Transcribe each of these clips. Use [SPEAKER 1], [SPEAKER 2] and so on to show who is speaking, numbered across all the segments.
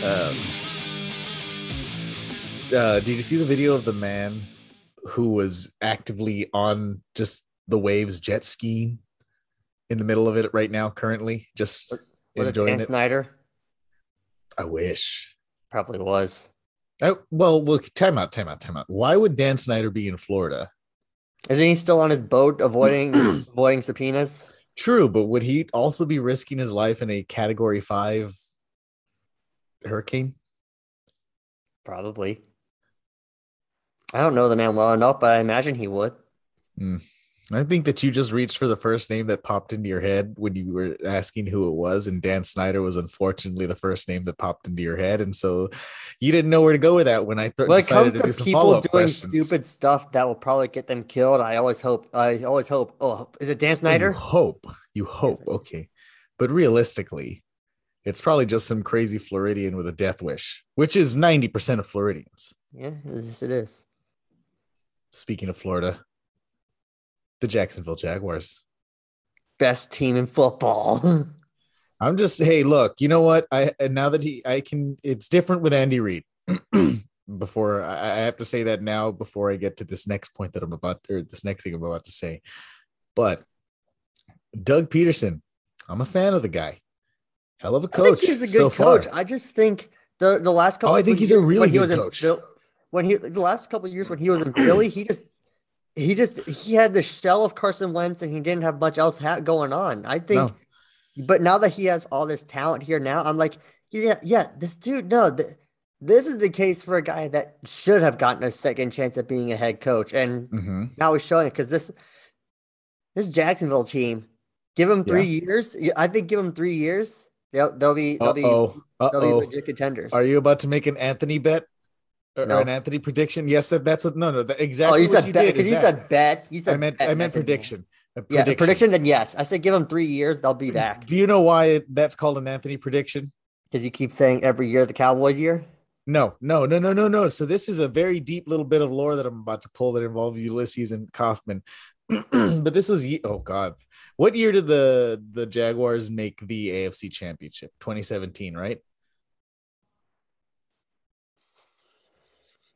[SPEAKER 1] Um, uh, did you see the video of the man who was actively on just the waves jet skiing in the middle of it right now, currently, just
[SPEAKER 2] Was it
[SPEAKER 1] enjoying
[SPEAKER 2] Dan
[SPEAKER 1] it?
[SPEAKER 2] Snyder?
[SPEAKER 1] I wish.
[SPEAKER 2] Probably was.
[SPEAKER 1] Oh, well, well, time out, time out, time out. Why would Dan Snyder be in Florida?
[SPEAKER 2] Isn't he still on his boat avoiding avoiding subpoenas?
[SPEAKER 1] True, but would he also be risking his life in a Category Five hurricane?
[SPEAKER 2] Probably. I don't know the man well enough, but I imagine he would.
[SPEAKER 1] I think that you just reached for the first name that popped into your head when you were asking who it was, and Dan Snyder was unfortunately the first name that popped into your head, and so you didn't know where to go with that when I th-
[SPEAKER 2] When it
[SPEAKER 1] decided
[SPEAKER 2] comes
[SPEAKER 1] to,
[SPEAKER 2] to
[SPEAKER 1] do some
[SPEAKER 2] people
[SPEAKER 1] follow-up
[SPEAKER 2] doing
[SPEAKER 1] questions. Oh,
[SPEAKER 2] stupid stuff that will probably get them killed, I always hope. I always hope. Oh, is it Dan
[SPEAKER 1] Well,
[SPEAKER 2] Snyder?
[SPEAKER 1] You hope, you hope, okay, but realistically, it's probably just some crazy Floridian with a death wish, which is ninety percent of Floridians.
[SPEAKER 2] Yeah, yes, it is.
[SPEAKER 1] Speaking of Florida, the Jacksonville Jaguars.
[SPEAKER 2] Best team in football.
[SPEAKER 1] I'm just hey, look, you know what? I and now that he I can it's different with Andy Reid. before I, I have to say that now before I get to this next point that I'm about or this next thing I'm about to say. But Doug Peterson, I'm a fan of the guy. Hell of a
[SPEAKER 2] I think
[SPEAKER 1] coach.
[SPEAKER 2] he's a
[SPEAKER 1] so
[SPEAKER 2] good coach.
[SPEAKER 1] Far. Oh,
[SPEAKER 2] I just think the the last couple.
[SPEAKER 1] I think
[SPEAKER 2] when
[SPEAKER 1] he's a
[SPEAKER 2] years-
[SPEAKER 1] really
[SPEAKER 2] when he
[SPEAKER 1] good
[SPEAKER 2] was in
[SPEAKER 1] coach.
[SPEAKER 2] Phil- when he the last couple of years when he was in Philly, he just he just he had the shell of Carson Wentz, and he didn't have much else ha- going on. I think, but now that he has all this talent here, now I'm like, yeah, yeah, this dude, no, th- this is the case for a guy that should have gotten a second chance at being a head coach, and
[SPEAKER 1] Mhm.
[SPEAKER 2] now he's showing it because this this Jacksonville team, give him three years. yeah, I think give him three years. They'll they'll be they'll be
[SPEAKER 1] Uh-oh.
[SPEAKER 2] They'll be
[SPEAKER 1] Uh-oh.
[SPEAKER 2] legit contenders.
[SPEAKER 1] Are you about to make an Anthony bet? Or, or
[SPEAKER 2] No.
[SPEAKER 1] an Anthony prediction? Yes, that, that's what no no that,
[SPEAKER 2] oh,
[SPEAKER 1] exactly
[SPEAKER 2] you
[SPEAKER 1] what
[SPEAKER 2] said
[SPEAKER 1] you
[SPEAKER 2] bet
[SPEAKER 1] did.
[SPEAKER 2] because
[SPEAKER 1] is
[SPEAKER 2] you
[SPEAKER 1] that.
[SPEAKER 2] said bet. You said
[SPEAKER 1] I meant
[SPEAKER 2] bet,
[SPEAKER 1] I
[SPEAKER 2] and
[SPEAKER 1] meant
[SPEAKER 2] said no.
[SPEAKER 1] prediction. A
[SPEAKER 2] Yeah, the prediction. Then yes, I said give him three years. They'll be back
[SPEAKER 1] Do you know why it, that's called an Anthony prediction?
[SPEAKER 2] because you keep saying every year the Cowboys year.
[SPEAKER 1] No, no, no, no, no, no. So this is a very deep little bit of lore that I'm about to pull that involves Ulysses and Kaufman. but this was ye- oh god, what year did the the Jaguars make the AFC Championship? 2017, right?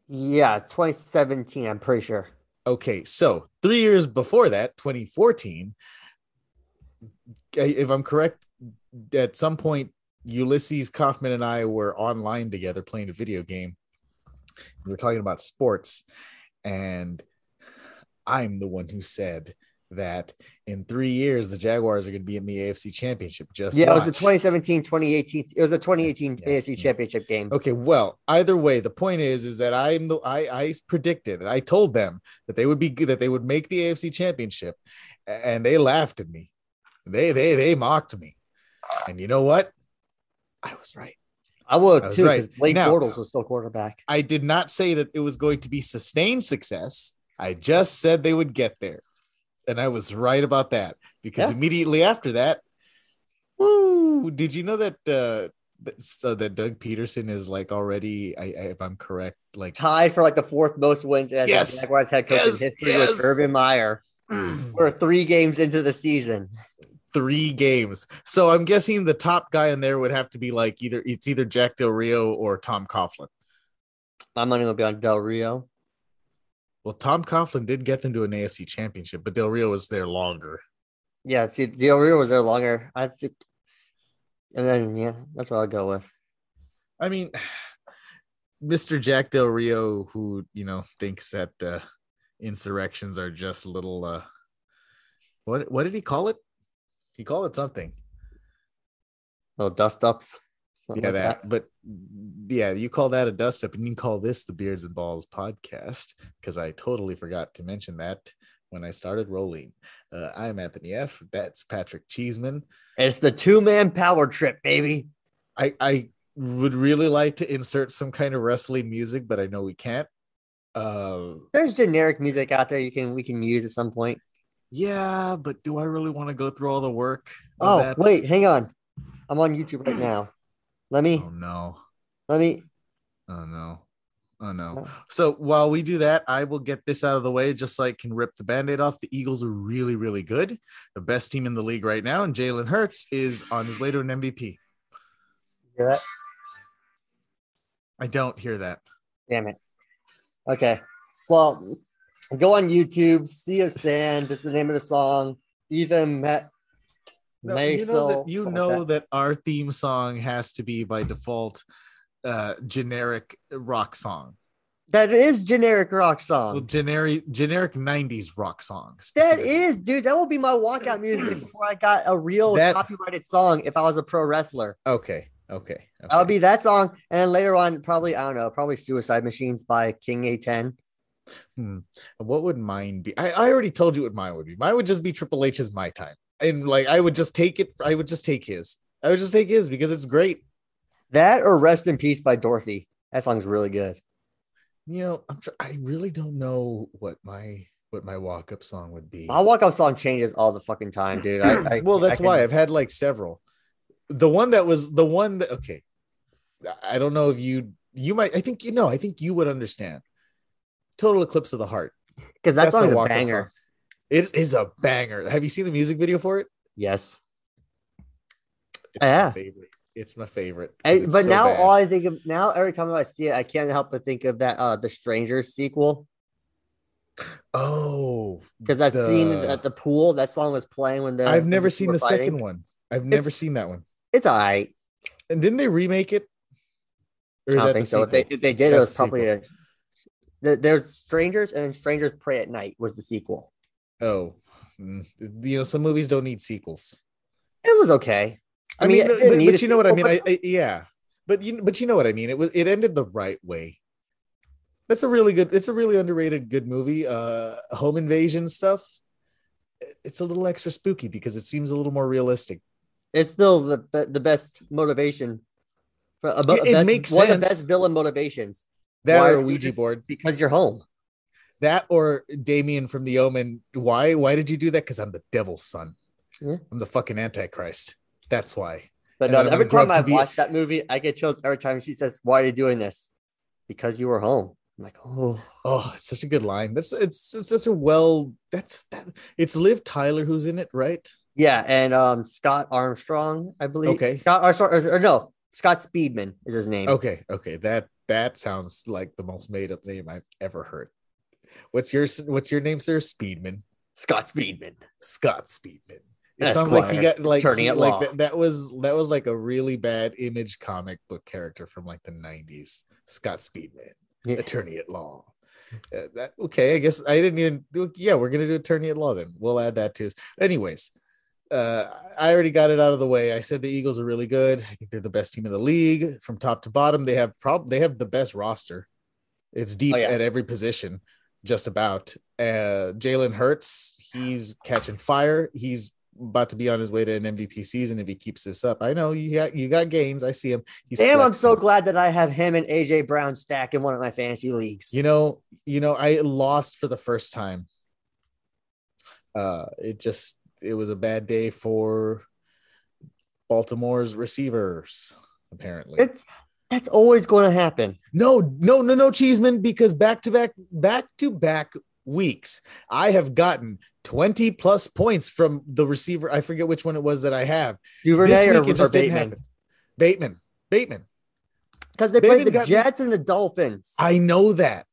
[SPEAKER 2] Yeah, 2017. I'm pretty sure.
[SPEAKER 1] Okay, so three years before that, 2014. I- If I'm correct, at some point Ulysses Kaufman and I were online together playing a video game. We were talking about sports, and I'm the one who said that in three years the Jaguars are going to be in the AFC Championship. Just
[SPEAKER 2] yeah, it was the
[SPEAKER 1] watch.
[SPEAKER 2] 2017, 2018. It was the 2018
[SPEAKER 1] Yeah, Oh,
[SPEAKER 2] AFC
[SPEAKER 1] yeah.
[SPEAKER 2] Championship game.
[SPEAKER 1] Okay, well, either way, the point is, is that I'm the I I predicted and I told them that they would be good, that they would make the AFC Championship, a- and they laughed at me. They they they mocked me, and you know what? I was right.
[SPEAKER 2] I would
[SPEAKER 1] I was
[SPEAKER 2] too
[SPEAKER 1] right.
[SPEAKER 2] because Blake
[SPEAKER 1] Now-
[SPEAKER 2] Bortles was still quarterback.
[SPEAKER 1] I did not say that it was going to be sustained success. I just said they would get there, and I was right about that because
[SPEAKER 2] Yeah.
[SPEAKER 1] immediately after that, woo! Did you know that? uh that, so that Doug Peterson is like already, I, I, if I'm correct, like
[SPEAKER 2] Tied for like the fourth most wins as
[SPEAKER 1] Yes.
[SPEAKER 2] a Jaguars head coach
[SPEAKER 1] Yes.
[SPEAKER 2] in history
[SPEAKER 1] Yes.
[SPEAKER 2] with Urban Meyer. We're three games into the season.
[SPEAKER 1] three games. So I'm guessing the top guy in there would have to be like either it's either Jack Del Rio or Tom Coughlin.
[SPEAKER 2] My money will be on Del Rio.
[SPEAKER 1] Well, Tom Coughlin did get them to an AFC championship, but Del Rio was there longer.
[SPEAKER 2] Yeah, see, Del Rio was there longer. I think, and then yeah, that's what I'll go with.
[SPEAKER 1] I mean, Mr. Jack Del Rio, who you know thinks that uh, insurrections are just little uh what what did he call it? He called it something.
[SPEAKER 2] Little dust ups.
[SPEAKER 1] yeah,
[SPEAKER 2] Uh,
[SPEAKER 1] that. But yeah, you call that a dust up, and you can call this the Beards and Balls podcast because I totally forgot to mention that when I started rolling. Uh, I'm Anthony F. That's Patrick Cheeseman.
[SPEAKER 2] It's the two man power trip, baby.
[SPEAKER 1] I I would really like to insert some kind of wrestling music, but I know we can't. Uh,
[SPEAKER 2] There's generic music out there you can we can use at some point.
[SPEAKER 1] yeah, but do I really want to go through all the work? of
[SPEAKER 2] Oh
[SPEAKER 1] that?
[SPEAKER 2] wait, hang on. I'm on YouTube right now. Let me
[SPEAKER 1] Oh no!
[SPEAKER 2] let me.
[SPEAKER 1] Oh no! Oh no!
[SPEAKER 2] No.
[SPEAKER 1] So while we do that, I will get this out of the way just so I can rip the band-aid off. The Eagles are really, really good. The best team in the league right now, and Jalen Hurts is on his way to an MVP.
[SPEAKER 2] Hear that?
[SPEAKER 1] I don't hear that.
[SPEAKER 2] Damn it! Okay. Well, go on YouTube. Sea of Sand is the name of the song. Even Met.
[SPEAKER 1] No, you know that you know that. our theme song has to be by default uh generic rock song.
[SPEAKER 2] That is generic rock song.
[SPEAKER 1] Well, generic generic 90s rock songs.
[SPEAKER 2] that is, dude. That will be my walkout music before I got a real
[SPEAKER 1] That-
[SPEAKER 2] copyrighted song if I was a pro wrestler.
[SPEAKER 1] Okay. Okay. okay.
[SPEAKER 2] i That'll be that song. And then later on, probably, I don't know, probably Suicide Machines by King A10.
[SPEAKER 1] what would mine be? I, I already told you what mine would be. Mine would just be Triple H's My Time. And like I would just take it, I would just take his. I would just take his because it's great.
[SPEAKER 2] That or Rest in Peace by Dorothy. That song's really good.
[SPEAKER 1] You know, I'm tr- I really don't know what my what my walk up song would be.
[SPEAKER 2] My walkout song changes all the fucking time, dude. I, I,
[SPEAKER 1] well, that's
[SPEAKER 2] I can-
[SPEAKER 1] why I've had like several. The one that was the one that okay. I- I don't know if you you might I think you know, I think you would understand. Total Eclipse of the Heart.
[SPEAKER 2] Because that
[SPEAKER 1] my
[SPEAKER 2] song's a
[SPEAKER 1] walk-up
[SPEAKER 2] banger.
[SPEAKER 1] song. It is a banger. Have you seen the music video for it?
[SPEAKER 2] Yes.
[SPEAKER 1] It's my
[SPEAKER 2] Yeah.
[SPEAKER 1] favorite. It's my favorite. 'cause
[SPEAKER 2] I-
[SPEAKER 1] it's
[SPEAKER 2] but
[SPEAKER 1] so
[SPEAKER 2] now
[SPEAKER 1] bad.
[SPEAKER 2] all I think of now every time I see it, I can't help but think of that uh the Strangers sequel.
[SPEAKER 1] oh
[SPEAKER 2] Because I've seen it
[SPEAKER 1] The-
[SPEAKER 2] at the pool that song was playing when the
[SPEAKER 1] I've never seen the second
[SPEAKER 2] one.
[SPEAKER 1] one. I've never
[SPEAKER 2] It's-
[SPEAKER 1] seen that one.
[SPEAKER 2] It's all right.
[SPEAKER 1] And didn't they remake it? Or is
[SPEAKER 2] I don't
[SPEAKER 1] that
[SPEAKER 2] think
[SPEAKER 1] the
[SPEAKER 2] so. If they
[SPEAKER 1] sequel?
[SPEAKER 2] if they did, it
[SPEAKER 1] That's
[SPEAKER 2] was
[SPEAKER 1] the
[SPEAKER 2] probably a th- there's Strangers and Strangers Pray at Night was the sequel.
[SPEAKER 1] Oh, Mm. you know, some movies don't need sequels.
[SPEAKER 2] It was okay.
[SPEAKER 1] I mean,
[SPEAKER 2] it
[SPEAKER 1] but,
[SPEAKER 2] didn't need a
[SPEAKER 1] but you know what I
[SPEAKER 2] sequel,
[SPEAKER 1] mean.
[SPEAKER 2] but
[SPEAKER 1] I, I yeah, but you but you know what I mean. It was it ended the right way. That's a really good. It's a really underrated good movie. Uh, home invasion stuff. It's a little extra spooky because it seems a little more realistic.
[SPEAKER 2] it's still the the, the best motivation. For, a,
[SPEAKER 1] It- it
[SPEAKER 2] best-
[SPEAKER 1] makes
[SPEAKER 2] one of the
[SPEAKER 1] sense.
[SPEAKER 2] best villain motivations
[SPEAKER 1] That
[SPEAKER 2] Why
[SPEAKER 1] or
[SPEAKER 2] are
[SPEAKER 1] a
[SPEAKER 2] you
[SPEAKER 1] Ouija
[SPEAKER 2] just-
[SPEAKER 1] board.
[SPEAKER 2] because you're home.
[SPEAKER 1] That or Damien from The Omen. Why? Why did you do that? Because I'm the devil's son.
[SPEAKER 2] Yeah.
[SPEAKER 1] I'm the fucking antichrist. That's why.
[SPEAKER 2] But
[SPEAKER 1] And
[SPEAKER 2] no,
[SPEAKER 1] then I'm
[SPEAKER 2] every
[SPEAKER 1] gonna grow
[SPEAKER 2] time
[SPEAKER 1] up to
[SPEAKER 2] I
[SPEAKER 1] be-
[SPEAKER 2] watch that movie, I get chills every time she says, "Why are you doing this?" Because you were home. I'm like, oh,
[SPEAKER 1] Oh, it's such a good line. That's it's, it's such a well. That's that. It's Liv Tyler who's in it, right?
[SPEAKER 2] yeah. And um, Scott Armstrong, I believe.
[SPEAKER 1] Okay. Oh.
[SPEAKER 2] Scott Armstrong, or, or no, Scott Speedman is his name.
[SPEAKER 1] Okay, okay. That that sounds like the most made up name I've ever heard. What's your what's your name, sir? Speedman.
[SPEAKER 2] Scott Speedman.
[SPEAKER 1] Scott Speedman. It
[SPEAKER 2] Esquire,
[SPEAKER 1] sounds like he got like
[SPEAKER 2] attorney
[SPEAKER 1] he-
[SPEAKER 2] at law.
[SPEAKER 1] like that, that was that was like a really bad image comic book character from like the 90s. Scott Speedman,
[SPEAKER 2] Yeah.
[SPEAKER 1] attorney at law. Uh, that, okay, I guess I didn't even do yeah, we're gonna do attorney at law then. We'll add that too. Anyways, uh, I already got it out of the way. I said the Eagles are really good. I think they're the best team in the league from top to bottom. They have prob they have the best roster. It's deep
[SPEAKER 2] Oh, yeah.
[SPEAKER 1] at every position, just about. Uh, Jalen Hurts, he's catching fire. He's about to be on his way to an MVP season if he keeps this up. I know you got you got games. I see him. He's
[SPEAKER 2] Damn, I'm
[SPEAKER 1] flexing.
[SPEAKER 2] so glad that I have him and AJ Brown stack in one of my fantasy leagues.
[SPEAKER 1] You know, you know, I lost for the first time. Uh, it just it was a bad day for Baltimore's receivers, apparently.
[SPEAKER 2] it's that's always going to happen.
[SPEAKER 1] no, no, no, no, Cheeseman, because back to back, back to back weeks, I have gotten 20 plus points from the receiver. I forget which one it was that I have.
[SPEAKER 2] Duvernay or,
[SPEAKER 1] this week it
[SPEAKER 2] or
[SPEAKER 1] just didn't
[SPEAKER 2] Bateman
[SPEAKER 1] happen. Bateman. Bateman.
[SPEAKER 2] because they
[SPEAKER 1] Bateman
[SPEAKER 2] played the
[SPEAKER 1] got-
[SPEAKER 2] Jets and the Dolphins.
[SPEAKER 1] I know that.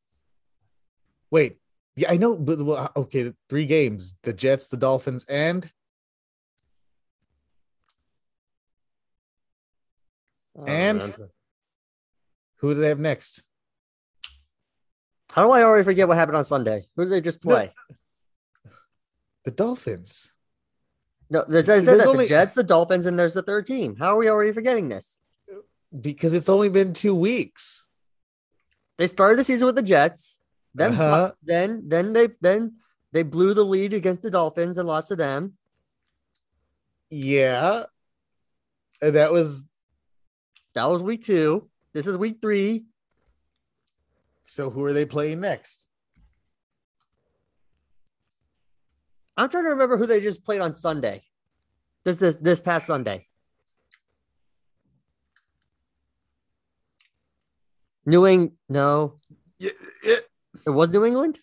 [SPEAKER 1] Wait, yeah, I know, but well, okay, three games: the Jets, the Dolphins, and
[SPEAKER 2] Oh,
[SPEAKER 1] and-
[SPEAKER 2] man.
[SPEAKER 1] who do they have next?
[SPEAKER 2] how do I already forget what happened on Sunday? Who did they just
[SPEAKER 1] No,
[SPEAKER 2] play?
[SPEAKER 1] The Dolphins.
[SPEAKER 2] No, there's, there's,
[SPEAKER 1] There's
[SPEAKER 2] that
[SPEAKER 1] only-
[SPEAKER 2] the Jets, the Dolphins, and there's the third team. How are we already forgetting this?
[SPEAKER 1] Because it's only been two weeks.
[SPEAKER 2] They started the season with the Jets, then
[SPEAKER 1] Uh-huh.
[SPEAKER 2] then then they then they blew the lead against the Dolphins and lost to them.
[SPEAKER 1] Yeah, And that was
[SPEAKER 2] That was week two. This is week three.
[SPEAKER 1] so. Who are they playing next?
[SPEAKER 2] I'm trying to remember who they just played on Sunday. This this this past Sunday. New England? No,
[SPEAKER 1] Yeah,
[SPEAKER 2] it was New England.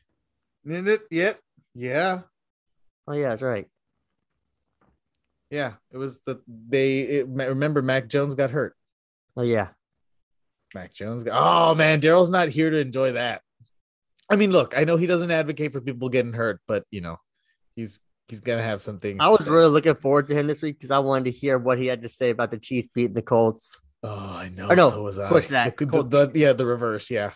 [SPEAKER 1] yeah, yeah, yeah,
[SPEAKER 2] Oh yeah, that's right.
[SPEAKER 1] yeah. It was the they. It, remember, Mac Jones got hurt.
[SPEAKER 2] Oh yeah.
[SPEAKER 1] Mac Jones. Got, oh man, Daryl's not here to enjoy that. I mean, look, I know he doesn't advocate for people getting hurt, but you know, he's he's gonna have some things.
[SPEAKER 2] I
[SPEAKER 1] to
[SPEAKER 2] was
[SPEAKER 1] say.
[SPEAKER 2] really looking forward to him this week because I wanted to hear what he had to say about the Chiefs beating the Colts.
[SPEAKER 1] Oh, I know.
[SPEAKER 2] Or no,
[SPEAKER 1] so was
[SPEAKER 2] switch
[SPEAKER 1] I.
[SPEAKER 2] that.
[SPEAKER 1] The- the-
[SPEAKER 2] Cold-
[SPEAKER 1] the- yeah, the reverse. Yeah.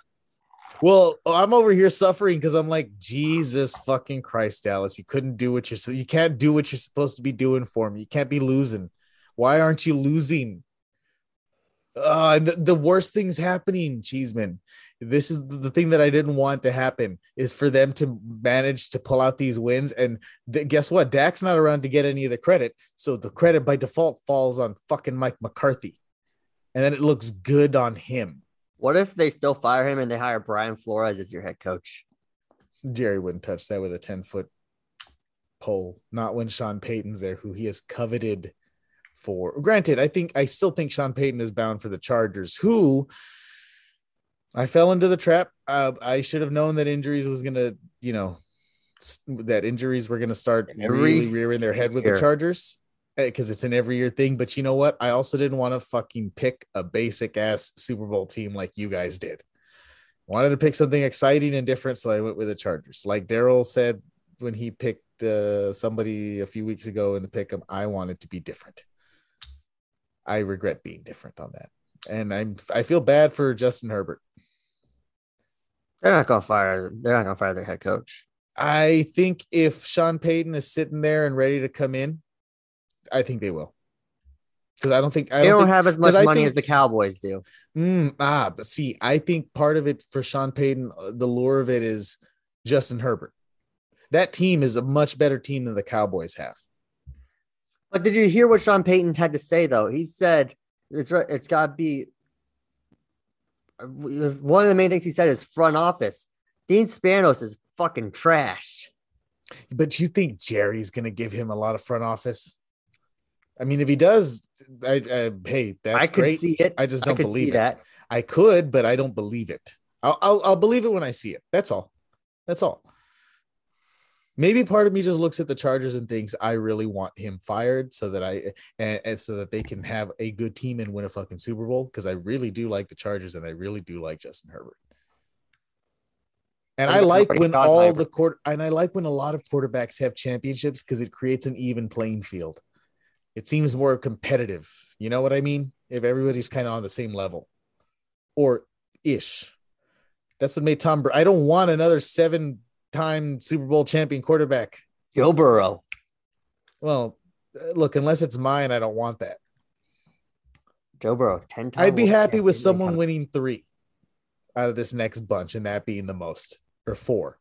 [SPEAKER 1] Well, oh, I'm over here suffering because I'm like, Jesus fucking Christ, Dallas. You couldn't do what you're so you can't do what you're supposed to be doing for me. You can't be losing. Why aren't you losing? Uh, the, the worst thing's happening, Cheeseman. This is the thing that I didn't want to happen is for them to manage to pull out these wins. And th- guess what? Dak's not around to get any of the credit. So the credit by default falls on fucking Mike McCarthy and then it looks good on him.
[SPEAKER 2] What if they still fire him and they hire Brian Flores as your head coach?
[SPEAKER 1] Jerry wouldn't touch that with a 10 foot pole, not when Sean Payton's there, who he has coveted for. Granted, I think I still think Sean Payton is bound for the Chargers, who I fell into the trap. Uh, I should have known that injuries was going to, you know, s- that injuries were going to start
[SPEAKER 2] Every
[SPEAKER 1] really rearing their head with
[SPEAKER 2] year.
[SPEAKER 1] the Chargers because it's an every year thing. But you know what? I also didn't want to fucking pick a basic ass Super Bowl team like you guys did. Wanted to pick something exciting and different, so I went with the Chargers. Like Daryl said when he picked uh, somebody a few weeks ago in the pick 'em, I wanted to be different. I regret being different on that, and I'm I feel bad for Justin Herbert.
[SPEAKER 2] They're not gonna fire. They're not gonna fire their head coach.
[SPEAKER 1] I think if Sean Payton is sitting there and ready to come in, I think they will. Because I don't think I
[SPEAKER 2] They
[SPEAKER 1] don't,
[SPEAKER 2] don't,
[SPEAKER 1] think,
[SPEAKER 2] have as much
[SPEAKER 1] 'cause I
[SPEAKER 2] money
[SPEAKER 1] think-
[SPEAKER 2] as the Cowboys do.
[SPEAKER 1] Mm, ah, but see, I think part of it for Sean Payton, uh, the lure of it is Justin Herbert. That team is a much better team than the Cowboys have.
[SPEAKER 2] But did you hear what Sean Payton had to say though? He said it's right. It's got to be one of the main things he said is front office. Dean Spanos is fucking trash.
[SPEAKER 1] But you think Jerry's going to give him a lot of front office? I mean, if he does, I, I hey, that's
[SPEAKER 2] I could
[SPEAKER 1] great.
[SPEAKER 2] see it.
[SPEAKER 1] I just
[SPEAKER 2] I
[SPEAKER 1] don't
[SPEAKER 2] could
[SPEAKER 1] believe
[SPEAKER 2] see
[SPEAKER 1] it.
[SPEAKER 2] that.
[SPEAKER 1] I could, but I don't believe it. I'll, I'll I'll believe it when I see it. That's all. That's all. Maybe part of me just looks at the Chargers and thinks I really want him fired so that I and, and so that they can have a good team and win a fucking Super Bowl because I really do like the Chargers and I really do like Justin Herbert. And
[SPEAKER 2] I
[SPEAKER 1] I
[SPEAKER 2] know
[SPEAKER 1] like
[SPEAKER 2] nobody
[SPEAKER 1] when
[SPEAKER 2] thought
[SPEAKER 1] all
[SPEAKER 2] Herbert.
[SPEAKER 1] the court and I like when a lot of quarterbacks have championships because it creates an even playing field. It seems more competitive. You know what I mean? If everybody's kind of on the same level or ish. That's what made Tom. Br- I don't want another seven-time Super Bowl champion quarterback.
[SPEAKER 2] Joe Burrow.
[SPEAKER 1] Well, uh, look, unless it's mine, I don't want that.
[SPEAKER 2] Joe Burrow. Ten times.
[SPEAKER 1] I'd be happy with someone winning three out of this next bunch, and that being the most or four.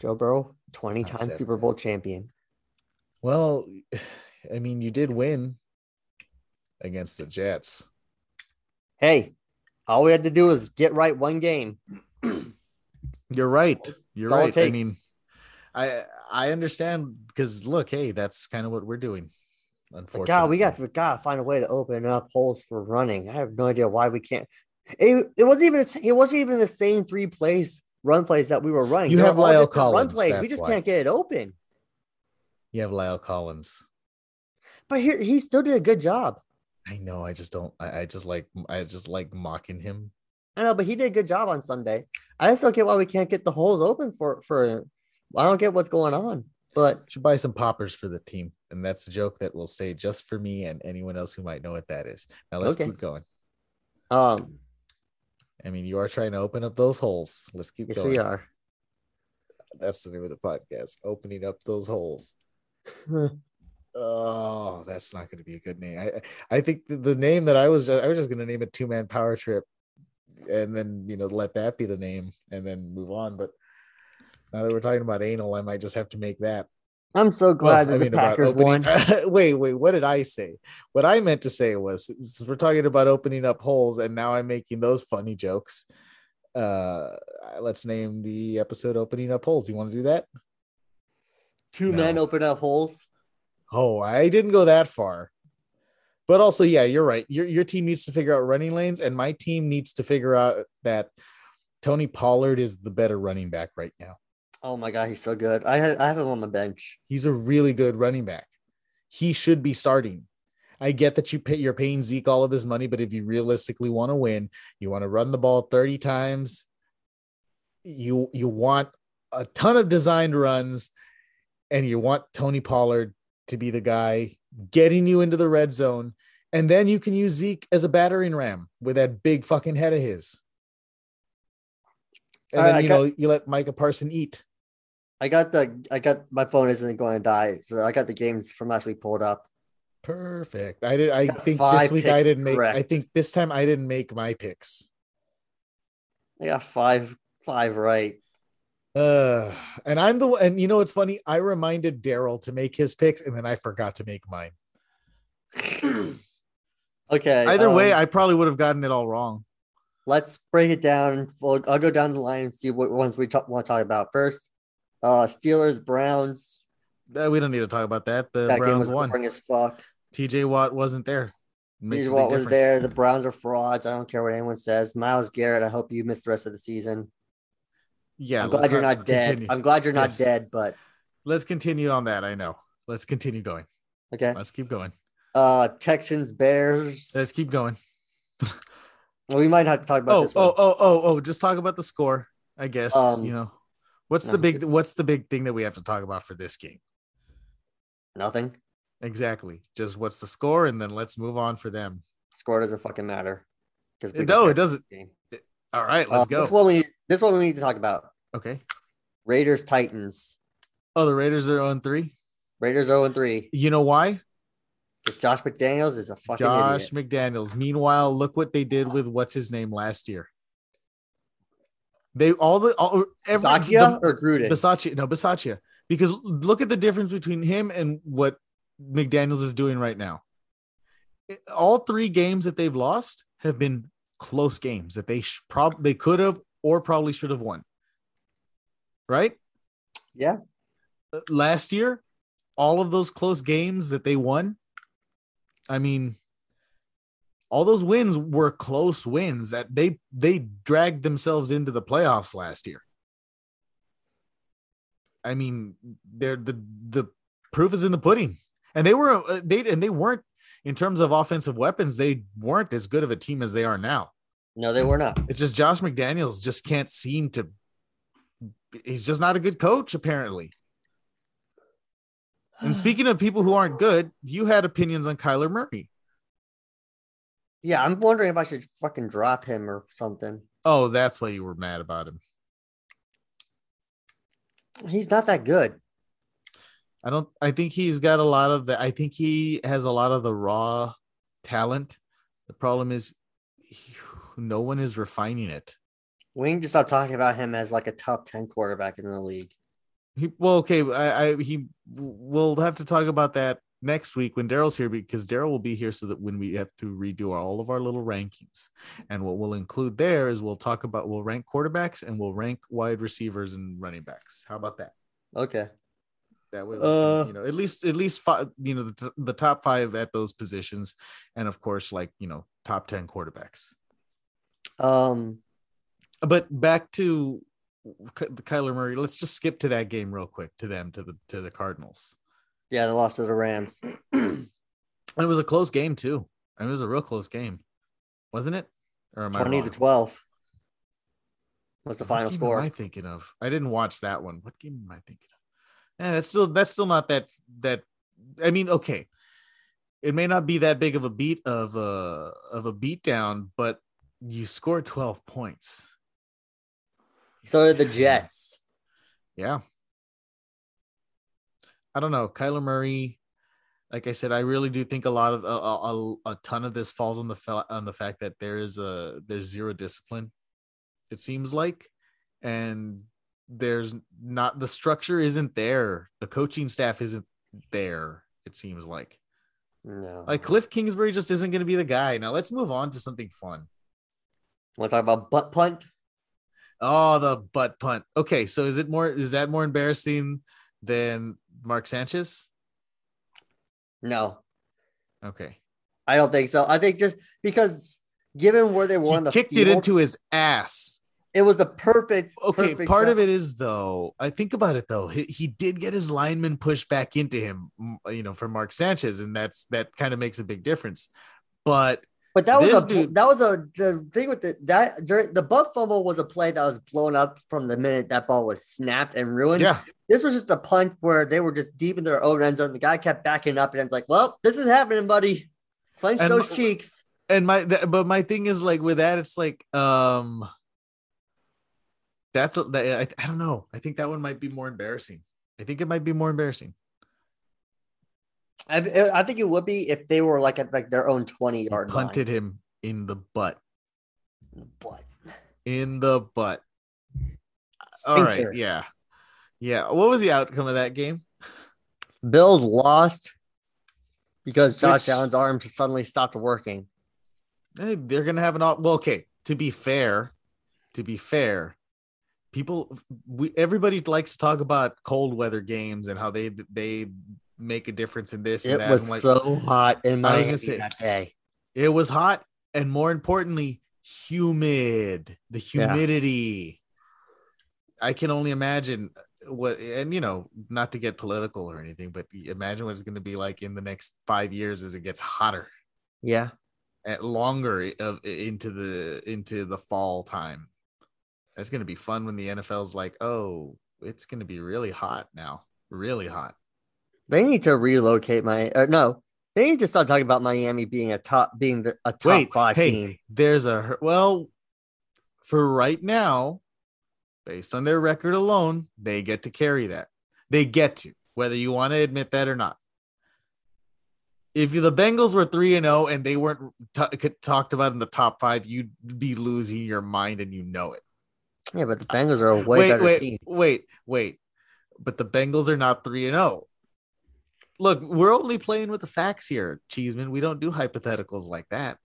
[SPEAKER 2] Joe Burrow, twenty
[SPEAKER 1] I've
[SPEAKER 2] times
[SPEAKER 1] said
[SPEAKER 2] Super
[SPEAKER 1] that.
[SPEAKER 2] Bowl champion.
[SPEAKER 1] Well, I mean, you did win against the Jets.
[SPEAKER 2] Hey, all we had to do was get right one game.
[SPEAKER 1] You're right. You're
[SPEAKER 2] It's all it
[SPEAKER 1] right. I
[SPEAKER 2] takes.
[SPEAKER 1] mean, I I understand because look, hey, that's kind of what we're doing.
[SPEAKER 2] But
[SPEAKER 1] Unfortunately,
[SPEAKER 2] God, we got we gotta find a way to open up holes for running. I have no idea why we can't. It, it wasn't even it wasn't even the same three plays run plays that we were running.
[SPEAKER 1] You
[SPEAKER 2] They were
[SPEAKER 1] have
[SPEAKER 2] all
[SPEAKER 1] Lyle
[SPEAKER 2] different Run
[SPEAKER 1] Collins,
[SPEAKER 2] plays. We
[SPEAKER 1] that's
[SPEAKER 2] just
[SPEAKER 1] why.
[SPEAKER 2] can't get it open.
[SPEAKER 1] you have Lyle Collins.
[SPEAKER 2] But he, he still did a good job.
[SPEAKER 1] I know. I just don't. I, I just like. I just like mocking him.
[SPEAKER 2] I know, but he did a good job on Sunday. I just don't get why we can't get the holes open for for. I don't get what's going on. But
[SPEAKER 1] Should buy some poppers for the team, and that's a joke that will stay just for me and anyone else who might know what that is. Now let's
[SPEAKER 2] Okay.
[SPEAKER 1] keep going.
[SPEAKER 2] um,
[SPEAKER 1] I mean, you are trying to open up those holes. Let's keep
[SPEAKER 2] yes,
[SPEAKER 1] going.
[SPEAKER 2] we are.
[SPEAKER 1] That's the name of the podcast. Opening up those holes. Oh, that's not going to be a good name. I I think the, the name that I was I was just going to name it two man power trip, and then you know let that be the name and then move on. But now that we're talking about anal, I might just have to make that.
[SPEAKER 2] I'm so
[SPEAKER 1] Well,
[SPEAKER 2] glad that the
[SPEAKER 1] about
[SPEAKER 2] Packers won.
[SPEAKER 1] opening- wait, wait, what did I say? What I meant to say was since we're talking about opening up holes, and now I'm making those funny jokes. Uh, let's name the episode "Opening Up Holes." You want to do that?
[SPEAKER 2] Two
[SPEAKER 1] No.
[SPEAKER 2] men open up holes.
[SPEAKER 1] Oh, I didn't go that far. But also, yeah, you're right. Your your team needs to figure out running lanes, and my team needs to figure out that Tony Pollard is the better running back right now.
[SPEAKER 2] Oh my god, he's so good. I had I have him on the bench.
[SPEAKER 1] He's a really good running back. He should be starting. I get that you pay, you're paying Zeke all of this money, but if you realistically want to win, you want to run the ball 30 times you you want a ton of designed runs, and you want Tony Pollard to be the guy getting you into the red zone, and then you can use Zeke as a battering ram with that big fucking head of his. And
[SPEAKER 2] All
[SPEAKER 1] then
[SPEAKER 2] right, Uh, I
[SPEAKER 1] you
[SPEAKER 2] got-
[SPEAKER 1] know you let Micah Parson eat.
[SPEAKER 2] I got the I got my phone isn't going to die, so I got the games from last week pulled up.
[SPEAKER 1] Perfect. I did. I
[SPEAKER 2] Got
[SPEAKER 1] think this
[SPEAKER 2] five
[SPEAKER 1] week I
[SPEAKER 2] picks
[SPEAKER 1] didn't make. I
[SPEAKER 2] correct.
[SPEAKER 1] think this time I didn't make my picks.
[SPEAKER 2] I got five five right.
[SPEAKER 1] Uh, and I'm the one. And you know what's funny? I reminded Daryl to make his picks, and then I forgot to make mine.
[SPEAKER 2] Okay.
[SPEAKER 1] Either way,
[SPEAKER 2] um,
[SPEAKER 1] I probably would have gotten it all wrong.
[SPEAKER 2] let's break it down. Well, I'll go down the line and see what ones we talk, want to talk about first. Uh, Steelers Browns.
[SPEAKER 1] Uh, we don't need to talk about that. The
[SPEAKER 2] That game
[SPEAKER 1] Browns
[SPEAKER 2] was
[SPEAKER 1] won.
[SPEAKER 2] boring as fuck.
[SPEAKER 1] TJ Watt wasn't there. Makes a
[SPEAKER 2] Here's
[SPEAKER 1] big
[SPEAKER 2] what was
[SPEAKER 1] difference.
[SPEAKER 2] there. The Browns are frauds. I don't care what anyone says. Miles Garrett. I hope you miss the rest of the season.
[SPEAKER 1] Yeah,
[SPEAKER 2] I'm
[SPEAKER 1] let's
[SPEAKER 2] glad you're not dead.
[SPEAKER 1] continue.
[SPEAKER 2] I'm glad you're not
[SPEAKER 1] Yes.
[SPEAKER 2] dead. But
[SPEAKER 1] Let's continue on that. I know. Let's continue going.
[SPEAKER 2] okay.
[SPEAKER 1] Let's keep going.
[SPEAKER 2] Uh, Texans Bears.
[SPEAKER 1] Let's keep going.
[SPEAKER 2] Well, we might have to talk about
[SPEAKER 1] Oh,
[SPEAKER 2] this. one.
[SPEAKER 1] oh, oh, oh, oh! Just talk about the score. I guess
[SPEAKER 2] Um,
[SPEAKER 1] you know. What's
[SPEAKER 2] no.
[SPEAKER 1] the big? What's the big thing that we have to talk about for this game? oh.
[SPEAKER 2] Nothing.
[SPEAKER 1] Exactly. Just what's the score, and then let's move on for them.
[SPEAKER 2] Score doesn't fucking matter. Because
[SPEAKER 1] No, it doesn't.
[SPEAKER 2] Game.
[SPEAKER 1] All right,
[SPEAKER 2] Uh,
[SPEAKER 1] let's
[SPEAKER 2] This
[SPEAKER 1] go.
[SPEAKER 2] one we this one we need to talk about.
[SPEAKER 1] Okay.
[SPEAKER 2] Raiders Titans.
[SPEAKER 1] Oh, the Raiders are on three.
[SPEAKER 2] Raiders 0 and 3.
[SPEAKER 1] You know why?
[SPEAKER 2] Josh McDaniels is a fucking
[SPEAKER 1] Josh
[SPEAKER 2] idiot.
[SPEAKER 1] McDaniels. Meanwhile, look what they did with what's his name last year. They all the all every
[SPEAKER 2] Sakia or Gruden?
[SPEAKER 1] Bisaccia, no Bisaccia, because look at the difference between him and what McDaniel's is doing right now. It- All three games that they've lost have been close games that they sh- prob- they could have or probably should have won. Right?
[SPEAKER 2] Yeah.
[SPEAKER 1] Uh, Last year, all of those close games that they won, I mean, all those wins were close wins that they they dragged themselves into the playoffs last year. I mean, they're the the proof is in the pudding, and they were uh, they and they weren't in terms of offensive weapons. They weren't as good of a team as they are now.
[SPEAKER 2] no, they were not.
[SPEAKER 1] It's just Josh McDaniels just can't seem to. He's just not a good coach, apparently. And speaking of people who aren't good, you had opinions on Kyler Murray.
[SPEAKER 2] yeah, I'm wondering if I should fucking drop him or something.
[SPEAKER 1] Oh, that's why you were mad about him.
[SPEAKER 2] He's not that good.
[SPEAKER 1] I don't. I think he's got a lot of the. I think he has a lot of the raw talent. The problem is, he- no one is refining it.
[SPEAKER 2] We need to stop talking about him as like a top 10 quarterback in the league.
[SPEAKER 1] He, well, okay. I, I he. We'll have to talk about that next week when Daryl's here because Daryl will be here so that when we have to redo our, all of our little rankings, and what we'll include there is we'll talk about we'll rank quarterbacks and we'll rank wide receivers and running backs. How about that?
[SPEAKER 2] Okay.
[SPEAKER 1] That way, we can,
[SPEAKER 2] Uh,
[SPEAKER 1] you know, at least at least five, you know, the, t- the top five at those positions, and of course, like you know, top ten quarterbacks.
[SPEAKER 2] Um,
[SPEAKER 1] But back to Ky- Kyler Murray. Let's just skip to that game real quick to them to the to the Cardinals.
[SPEAKER 2] yeah, they lost to the Rams.
[SPEAKER 1] It was a close game too. I mean, it was a real close game, wasn't it? Or am I
[SPEAKER 2] 20 to
[SPEAKER 1] wrong?
[SPEAKER 2] 12 was the
[SPEAKER 1] What
[SPEAKER 2] final
[SPEAKER 1] game
[SPEAKER 2] score.
[SPEAKER 1] Am I thinking of? I didn't watch that one. What game am I thinking of? Eh, that's still that's still not that that. I mean, okay, it may not be that big of a beat of a of a beatdown, but you score twelve points.
[SPEAKER 2] So did the Jets.
[SPEAKER 1] Yeah. I don't know, Kyler Murray. Like I said, I really do think a lot of a, a, a- a ton of this falls on the fa- on the fact that there is a there's zero discipline. It seems like, and there's not the structure isn't there. The coaching staff isn't there. It seems like
[SPEAKER 2] No.
[SPEAKER 1] like Cliff Kingsbury just isn't going to be the guy. Now let's move on to something fun.
[SPEAKER 2] Want to talk about butt punt?
[SPEAKER 1] Oh, the butt punt. Okay, so is it more is that more embarrassing than Mark Sanchez?
[SPEAKER 2] No,
[SPEAKER 1] Okay.
[SPEAKER 2] I don't think so. I think just because given where they were on
[SPEAKER 1] He
[SPEAKER 2] the
[SPEAKER 1] kicked
[SPEAKER 2] field,
[SPEAKER 1] it into his ass.
[SPEAKER 2] it was the perfect.
[SPEAKER 1] Okay,
[SPEAKER 2] perfect
[SPEAKER 1] part
[SPEAKER 2] shot.
[SPEAKER 1] of it is though. I think about it though. He, he did get his lineman pushed back into him, m- you know, for Mark Sanchez, and that's that kind of makes a big difference. But
[SPEAKER 2] But that was
[SPEAKER 1] This
[SPEAKER 2] a
[SPEAKER 1] dude-
[SPEAKER 2] that was a the thing with the that during, the buck fumble was a play that was blown up from the minute that ball was snapped and ruined.
[SPEAKER 1] Yeah,
[SPEAKER 2] This was just a punt where they were just deep in their own end zone. The guy kept backing up and it's like, well, this is happening, buddy. Clench
[SPEAKER 1] And-
[SPEAKER 2] those cheeks.
[SPEAKER 1] and my th- but my thing is like with that, it's like um, that's a, that, I I don't know. I think that one might be more embarrassing. I think it might be more embarrassing.
[SPEAKER 2] I, I think it would be if they were like at like their own twenty
[SPEAKER 1] He
[SPEAKER 2] yard line.
[SPEAKER 1] punted him in the butt.
[SPEAKER 2] But
[SPEAKER 1] In the butt. All right.
[SPEAKER 2] Sphincter.
[SPEAKER 1] Yeah. Yeah. What was the outcome of that game?
[SPEAKER 2] Bills lost because Josh
[SPEAKER 1] Which-
[SPEAKER 2] Allen's arm suddenly stopped working.
[SPEAKER 1] Eh, They're gonna have an au- well. Okay. To be fair, to be fair, people, we everybody likes to talk about cold weather games and how they they make a difference in this.
[SPEAKER 2] It
[SPEAKER 1] and that.
[SPEAKER 2] was
[SPEAKER 1] I'm like,
[SPEAKER 2] so hot in
[SPEAKER 1] I was
[SPEAKER 2] my
[SPEAKER 1] gonna say-
[SPEAKER 2] that day.
[SPEAKER 1] it was hot and more importantly humid the
[SPEAKER 2] Yeah.
[SPEAKER 1] humidity i can only imagine what and you know not to get political or anything but imagine what it's going to be like in the next five years as it gets hotter
[SPEAKER 2] Yeah.
[SPEAKER 1] at longer of into the into the fall time that's going to be fun when the nfl's like oh it's going to be really hot now really hot
[SPEAKER 2] They need to relocate my uh, no. They need to stop talking about Miami being a top being the, a top
[SPEAKER 1] Wait,
[SPEAKER 2] five
[SPEAKER 1] hey.
[SPEAKER 2] team.
[SPEAKER 1] there's a hur- well for right now based on their record alone they get to carry that they get to whether you want to admit that or not if the Bengals were 3 and 0 and they weren't t- could- talked about in the top 5 you'd be losing your mind and you know it
[SPEAKER 2] Yeah, but the Bengals are a way
[SPEAKER 1] wait
[SPEAKER 2] better
[SPEAKER 1] wait
[SPEAKER 2] team.
[SPEAKER 1] wait wait but the Bengals are not 3 and 0 look we're only playing with the facts here cheeseman we don't do hypotheticals like that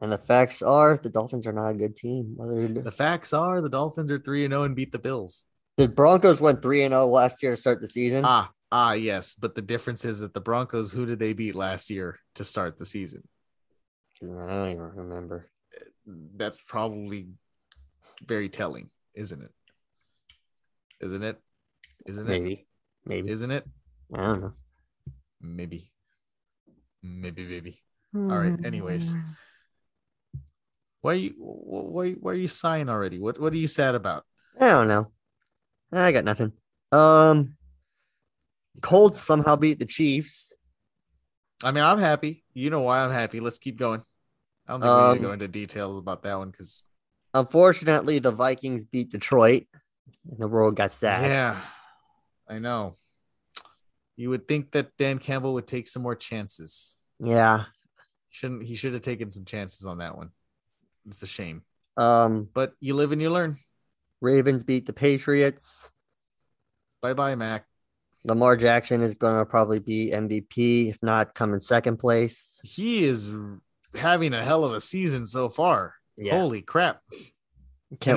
[SPEAKER 2] And the facts are the Dolphins are not a good team. Other than-
[SPEAKER 1] the facts are the dolphins are 3 and 0 and beat the bills
[SPEAKER 2] The Broncos went three and zero last year to start the season.
[SPEAKER 1] Ah, ah, yes. But the difference is that the Broncos, who did they beat last year to start the season?
[SPEAKER 2] I don't even remember.
[SPEAKER 1] That's probably very telling, isn't it? Isn't it? Isn't it?
[SPEAKER 2] Maybe, maybe
[SPEAKER 1] Isn't it?
[SPEAKER 2] I don't know.
[SPEAKER 1] Maybe. Maybe, maybe. All right. Anyways, why are you wh- why why are you sighing already? What what are you sad about?
[SPEAKER 2] I don't know. I got nothing. Um, Colts somehow beat the Chiefs.
[SPEAKER 1] I mean, I'm happy. You know why I'm happy. Let's keep going. I don't think we need
[SPEAKER 2] Um,
[SPEAKER 1] to go into details about that one because
[SPEAKER 2] Unfortunately, the Vikings beat Detroit, and the world got sad.
[SPEAKER 1] Yeah, I know. You would think that Dan Campbell would take some more chances.
[SPEAKER 2] Yeah.
[SPEAKER 1] Shouldn't he should have taken some chances on that one? It's a shame,
[SPEAKER 2] Um,
[SPEAKER 1] but you live and you learn.
[SPEAKER 2] Ravens beat the Patriots.
[SPEAKER 1] Bye bye, Mac.
[SPEAKER 2] Lamar Jackson is going to probably be MVP, if not come in second place.
[SPEAKER 1] He is r- having a hell of a season so far. Holy crap!
[SPEAKER 2] can't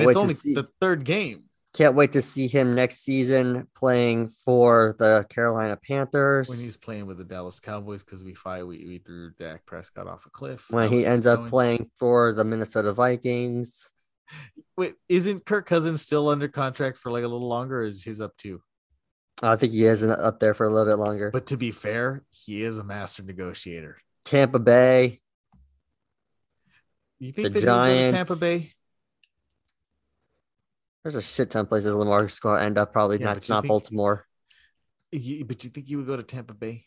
[SPEAKER 1] and
[SPEAKER 2] wait
[SPEAKER 1] it's
[SPEAKER 2] to
[SPEAKER 1] only
[SPEAKER 2] see.
[SPEAKER 1] the third game.
[SPEAKER 2] Can't wait to see him next season playing for the Carolina Panthers.
[SPEAKER 1] When he's playing with the Dallas Cowboys, because we fight, we, we threw Dak Prescott off a cliff.
[SPEAKER 2] when
[SPEAKER 1] That
[SPEAKER 2] he
[SPEAKER 1] was
[SPEAKER 2] ends up
[SPEAKER 1] going-
[SPEAKER 2] playing for the Minnesota Vikings.
[SPEAKER 1] Wait, isn't Kirk Cousins still under contract for like a little longer? Or is his up too?
[SPEAKER 2] I think he is up there for a little bit longer.
[SPEAKER 1] But to be fair, he is a master negotiator.
[SPEAKER 2] Tampa Bay.
[SPEAKER 1] You think they
[SPEAKER 2] The
[SPEAKER 1] don't go to
[SPEAKER 2] Giants-
[SPEAKER 1] Tampa Bay?
[SPEAKER 2] There's a shit ton of places Lamar's going to end up. Probably
[SPEAKER 1] Yeah,
[SPEAKER 2] not,
[SPEAKER 1] but you
[SPEAKER 2] not
[SPEAKER 1] think-
[SPEAKER 2] Baltimore.
[SPEAKER 1] You- but you think he would go to Tampa Bay?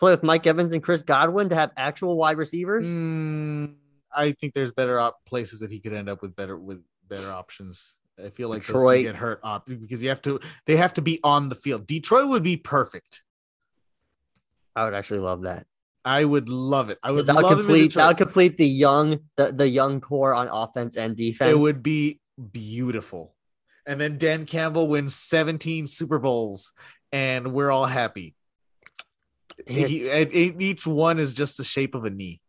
[SPEAKER 2] play with Mike Evans and Chris Godwin to have actual wide receivers. Hmm.
[SPEAKER 1] Mm, I think there's better op- places that he could end up with better with better options. I feel like those
[SPEAKER 2] Detroit.
[SPEAKER 1] two get hurt op- because you have to. They have to be on the field. Detroit would be perfect.
[SPEAKER 2] I would actually love that.
[SPEAKER 1] I would love it. I would
[SPEAKER 2] That'll
[SPEAKER 1] love
[SPEAKER 2] complete
[SPEAKER 1] him in
[SPEAKER 2] that'll
[SPEAKER 1] Detroit.
[SPEAKER 2] complete the young the, the young core on offense and defense.
[SPEAKER 1] It would be beautiful. And then Dan Campbell wins 17 Super Bowls, and we're all happy. He,
[SPEAKER 2] it's,
[SPEAKER 1] and e- each one is just the shape of a knee.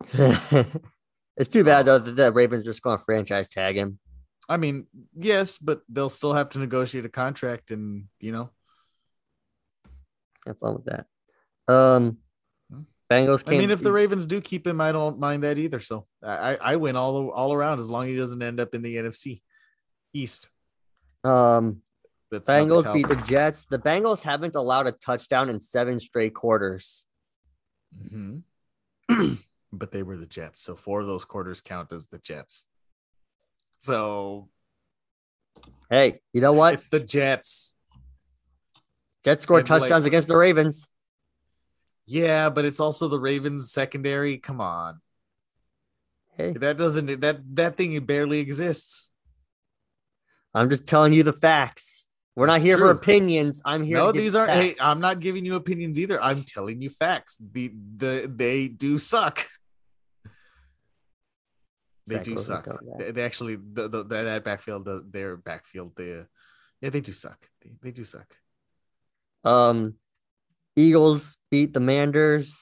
[SPEAKER 2] it's too bad though that the Ravens just going to franchise tag him.
[SPEAKER 1] I mean, yes, but they'll still have to negotiate a contract, and you know,
[SPEAKER 2] Have fun with that. Um,
[SPEAKER 1] Hmm.
[SPEAKER 2] Bengals.
[SPEAKER 1] I
[SPEAKER 2] Came,
[SPEAKER 1] mean, if the Ravens do keep him, I don't mind that either. So I, I I win all all around as long as he doesn't end up in the NFC East.
[SPEAKER 2] um
[SPEAKER 1] That's not
[SPEAKER 2] Bengals beat the
[SPEAKER 1] Cowboys.
[SPEAKER 2] Jets. The Bengals haven't allowed a touchdown in seven straight quarters.
[SPEAKER 1] Mhm. but they were the Jets. So four of those quarters count as the Jets. So
[SPEAKER 2] Hey, you know what?
[SPEAKER 1] it's the Jets.
[SPEAKER 2] Jets scored
[SPEAKER 1] and, like-
[SPEAKER 2] touchdowns against the Ravens.
[SPEAKER 1] Yeah, but it's also the Ravens secondary. Come on.
[SPEAKER 2] Hey,
[SPEAKER 1] That doesn't that that thing barely exists.
[SPEAKER 2] I'm just telling you the facts. We're not
[SPEAKER 1] It's
[SPEAKER 2] here for
[SPEAKER 1] true.
[SPEAKER 2] opinions. I'm here.
[SPEAKER 1] no,
[SPEAKER 2] to give
[SPEAKER 1] these aren't
[SPEAKER 2] facts.
[SPEAKER 1] hey, I'm not giving you opinions either. I'm telling you facts. The the they do suck. They
[SPEAKER 2] Zach
[SPEAKER 1] do
[SPEAKER 2] Wilson's
[SPEAKER 1] suck.
[SPEAKER 2] coming back.
[SPEAKER 1] They, they actually the, the, that backfield uh, their backfield the yeah they do suck. They, they do suck.
[SPEAKER 2] Um, Eagles beat the Manders.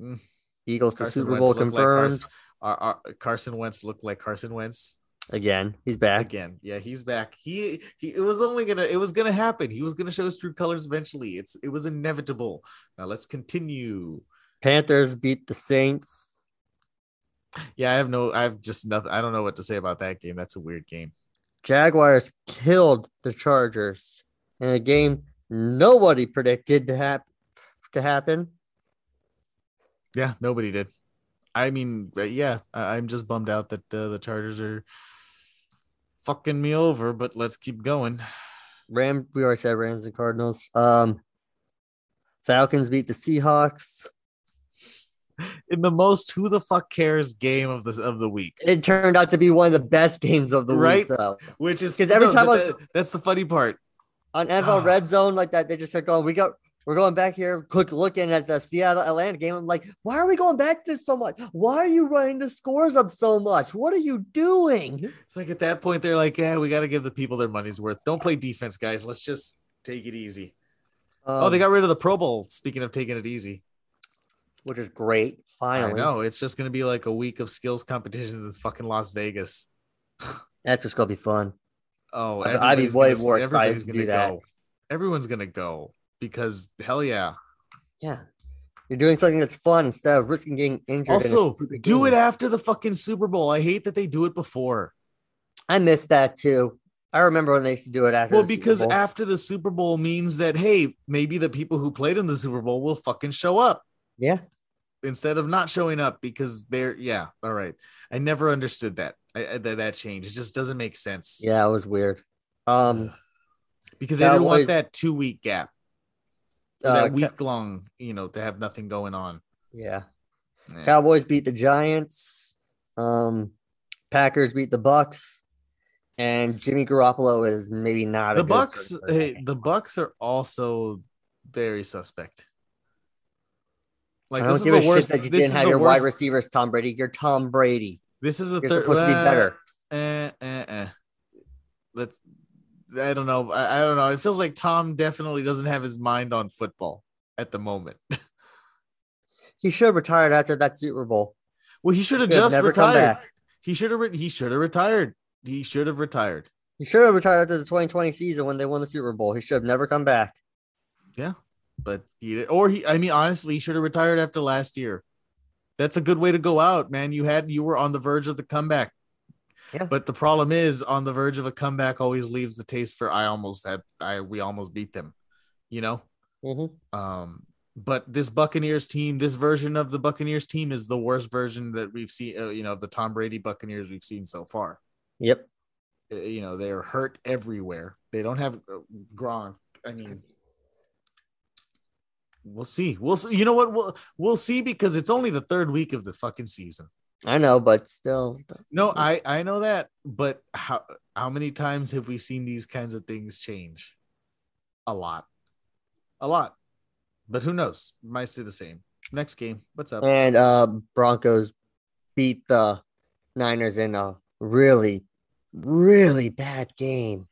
[SPEAKER 1] Mm.
[SPEAKER 2] Eagles to
[SPEAKER 1] Carson
[SPEAKER 2] Super
[SPEAKER 1] Wentz
[SPEAKER 2] Bowl
[SPEAKER 1] looked like
[SPEAKER 2] confirmed
[SPEAKER 1] Carson- our, our- Carson Wentz looked like Carson Wentz
[SPEAKER 2] again. He's back.
[SPEAKER 1] again. Yeah, he's back. He, he it was only gonna it was gonna happen. He was gonna show his true colors eventually. It's it was inevitable. Now let's continue.
[SPEAKER 2] Panthers beat the Saints.
[SPEAKER 1] Yeah, I have no I have just nothing. I don't know what to say about that game. That's a weird game.
[SPEAKER 2] Jaguars killed the Chargers in a game nobody predicted to hap- to happen.
[SPEAKER 1] Yeah, nobody did. I mean, uh, yeah, I, I'm just bummed out that uh, the Chargers are fucking me over. But let's keep going.
[SPEAKER 2] Ram we already said Rams and Cardinals. Um Falcons beat the Seahawks.
[SPEAKER 1] In the most who the fuck cares game of the of the week,
[SPEAKER 2] It turned out to be one of the best games of the
[SPEAKER 1] Right?
[SPEAKER 2] week though.
[SPEAKER 1] which is
[SPEAKER 2] 'Cause every time I was-
[SPEAKER 1] that- that's the funny part.
[SPEAKER 2] On
[SPEAKER 1] Ah.
[SPEAKER 2] NFL Red Zone like that they just kept going we got we're going back here quick looking at the Seattle Atlanta game. I'm like, why are we going back to this so much? Why are you running the scores up so much? What are you doing?
[SPEAKER 1] It's like at that point they're like, yeah, we got to give the people their money's worth. Don't play defense, guys. Let's just take it easy. oh, they
[SPEAKER 2] Um,
[SPEAKER 1] got rid of the Pro Bowl. Speaking of taking it easy,
[SPEAKER 2] which is great. Finally,
[SPEAKER 1] I know it's just gonna be like a week of skills competitions in fucking Las Vegas.
[SPEAKER 2] that's just gonna be fun.
[SPEAKER 1] Oh,
[SPEAKER 2] I'd- I'd be
[SPEAKER 1] everybody's
[SPEAKER 2] way
[SPEAKER 1] gonna-
[SPEAKER 2] more excited
[SPEAKER 1] everybody's
[SPEAKER 2] to
[SPEAKER 1] gonna
[SPEAKER 2] do that.
[SPEAKER 1] Go. Everyone's gonna go because hell yeah.
[SPEAKER 2] Yeah, you're doing something that's fun instead of risking getting injured. in a
[SPEAKER 1] Also,
[SPEAKER 2] stupid
[SPEAKER 1] do
[SPEAKER 2] game.
[SPEAKER 1] it after the fucking Super Bowl. I hate that they do it before.
[SPEAKER 2] I miss that too. I remember when they used to do it after.
[SPEAKER 1] Well,
[SPEAKER 2] the Super
[SPEAKER 1] because
[SPEAKER 2] Bowl.
[SPEAKER 1] after the Super Bowl means that hey, maybe the people who played in the Super Bowl will fucking show up.
[SPEAKER 2] yeah,
[SPEAKER 1] instead of not showing up because they're yeah all right i never understood that I, I, that, that change it just doesn't make sense
[SPEAKER 2] yeah, it was weird. Um,
[SPEAKER 1] because they didn't want
[SPEAKER 2] Cowboys-
[SPEAKER 1] that two week gap or
[SPEAKER 2] uh,
[SPEAKER 1] that
[SPEAKER 2] Ca-
[SPEAKER 1] week long you know to have nothing going on
[SPEAKER 2] yeah,
[SPEAKER 1] Yeah.
[SPEAKER 2] Cowboys beat the Giants. Um, Packers beat the Bucks, and Jimmy Garoppolo is maybe not
[SPEAKER 1] the
[SPEAKER 2] a good
[SPEAKER 1] bucks
[SPEAKER 2] starting
[SPEAKER 1] hey,
[SPEAKER 2] quarterback.
[SPEAKER 1] the bucks are also very suspect like
[SPEAKER 2] I don't
[SPEAKER 1] this
[SPEAKER 2] give
[SPEAKER 1] is
[SPEAKER 2] a
[SPEAKER 1] the worst
[SPEAKER 2] shit that you
[SPEAKER 1] this
[SPEAKER 2] didn't
[SPEAKER 1] is
[SPEAKER 2] have
[SPEAKER 1] the
[SPEAKER 2] your
[SPEAKER 1] worst,
[SPEAKER 2] wide receivers, Tom Brady. You're Tom Brady.
[SPEAKER 1] this is the
[SPEAKER 2] You're
[SPEAKER 1] third
[SPEAKER 2] supposed to be
[SPEAKER 1] well,
[SPEAKER 2] better.
[SPEAKER 1] eh, eh, eh. That I don't know. I, I don't know. It feels like Tom definitely doesn't have his mind on football at the moment.
[SPEAKER 2] He should have retired after that Super Bowl.
[SPEAKER 1] Well, he should have
[SPEAKER 2] He should have
[SPEAKER 1] just
[SPEAKER 2] never come
[SPEAKER 1] retired.
[SPEAKER 2] back.
[SPEAKER 1] He should have. Re- he should have retired. He should have retired.
[SPEAKER 2] He should have retired after the 2020 season when they won the Super Bowl. He should have never come back.
[SPEAKER 1] But he did- or he. I mean, honestly, he should have retired after last year. That's a good way to go out, man. You had you were on the verge of the comeback.
[SPEAKER 2] Yeah.
[SPEAKER 1] But the problem is, on the verge of a comeback always leaves the taste for I almost had I we almost beat them. You know.
[SPEAKER 2] Mhm.
[SPEAKER 1] Um, but this Buccaneers team, this version of the Buccaneers team, is the worst version that we've seen. Uh, you know, of the Tom Brady Buccaneers we've seen so far.
[SPEAKER 2] Yep.
[SPEAKER 1] Uh, You know, they're hurt everywhere. They don't have uh, Gronk. I mean, we'll see. We'll see. You know what? We'll we'll see because it's only the third week of the fucking season.
[SPEAKER 2] I know, but still.
[SPEAKER 1] No, I I know that, but how how many times have we seen these kinds of things change? A lot, a lot. But who knows? Might stay the same. Next game, what's up?
[SPEAKER 2] And uh, Broncos beat the Niners in a really, really bad game.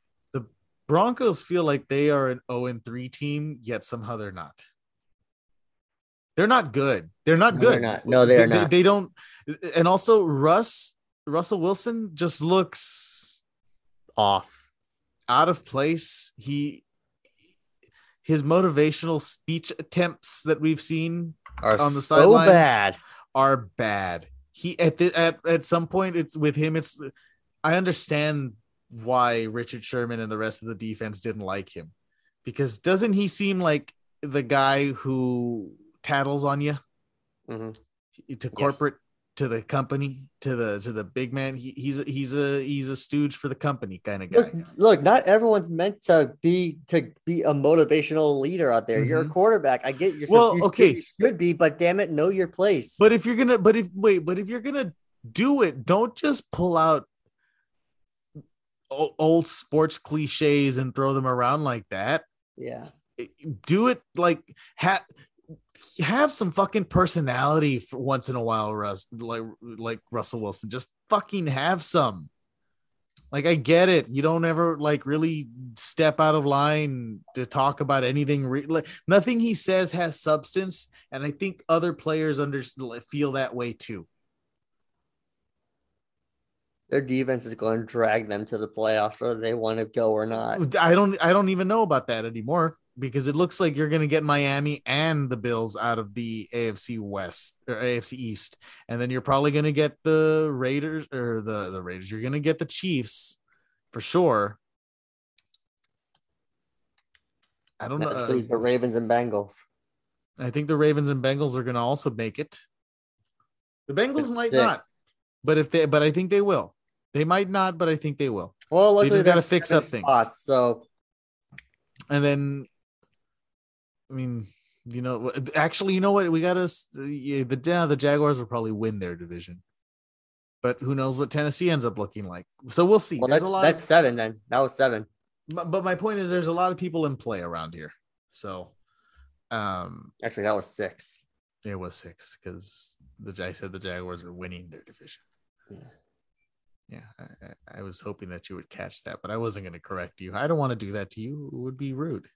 [SPEAKER 1] Broncos feel like they are an 0 and 3 team, yet somehow they're not. They're not good. They're not
[SPEAKER 2] No,
[SPEAKER 1] good.
[SPEAKER 2] they're not. No, they are
[SPEAKER 1] they,
[SPEAKER 2] not.
[SPEAKER 1] They don't. And also, Russ Russell Wilson just looks
[SPEAKER 2] Off.
[SPEAKER 1] out of place. He his motivational speech attempts that we've seen
[SPEAKER 2] Are
[SPEAKER 1] On the
[SPEAKER 2] so
[SPEAKER 1] sidelines.
[SPEAKER 2] bad.
[SPEAKER 1] are bad. He at the, at at some point it's with him. It's I understand why Richard Sherman and the rest of the defense didn't like him because doesn't he seem like the guy who tattles on you?
[SPEAKER 2] Mhm.
[SPEAKER 1] to corporate to the company to the to the big man he, he's a, he's a he's a stooge for the company kind of guy
[SPEAKER 2] Look, look, not everyone's meant to be to be a motivational leader out there. You're a
[SPEAKER 1] Mhm.
[SPEAKER 2] quarterback. I get you.
[SPEAKER 1] Well,
[SPEAKER 2] you
[SPEAKER 1] okay.
[SPEAKER 2] you should be, but damn it, know your place.
[SPEAKER 1] but if you're gonna but if wait but if you're gonna do it don't just pull out o- old sports cliches and throw them around like that
[SPEAKER 2] yeah,
[SPEAKER 1] do it like have have some fucking personality for once in a while russ like like russell wilson just fucking have some like i get it you don't ever like really step out of line to talk about anything re- like, nothing he says has substance and i think other players under feel that way too
[SPEAKER 2] their defense is going to drag them to the playoffs, whether they want to go or not.
[SPEAKER 1] i don't i don't even know about that anymore because it looks like you're going to get Miami and the Bills out of the AFC West or AFC East, and then you're probably going to get the Raiders or the the Raiders. You're going to get the Chiefs for sure. I don't know.
[SPEAKER 2] That includes the Ravens and Bengals.
[SPEAKER 1] I think the Ravens and Bengals are going to also make it. The Bengals might
[SPEAKER 2] Six.
[SPEAKER 1] not, but if they, but I think they will. They might not, but I think they will.
[SPEAKER 2] Well, luckily
[SPEAKER 1] just gotta
[SPEAKER 2] there's
[SPEAKER 1] fix
[SPEAKER 2] seven
[SPEAKER 1] up things.
[SPEAKER 2] spots, so
[SPEAKER 1] and then i mean you know wh- actually you know what we got us yeah, the yeah, the jaguars will probably win their division but who knows what tennessee ends up looking like so we'll see
[SPEAKER 2] well,
[SPEAKER 1] there's
[SPEAKER 2] that's,
[SPEAKER 1] a lot
[SPEAKER 2] that's seven. Then that was seven.
[SPEAKER 1] of, bu- but my point is there's a lot of people in play around here so um
[SPEAKER 2] Actually, that was six.
[SPEAKER 1] it was six because the i said the jaguars are winning their division
[SPEAKER 2] Yeah.
[SPEAKER 1] yeah I, I- I was hoping that you would catch that but i wasn't going to correct you i don't want to do that to you it would be rude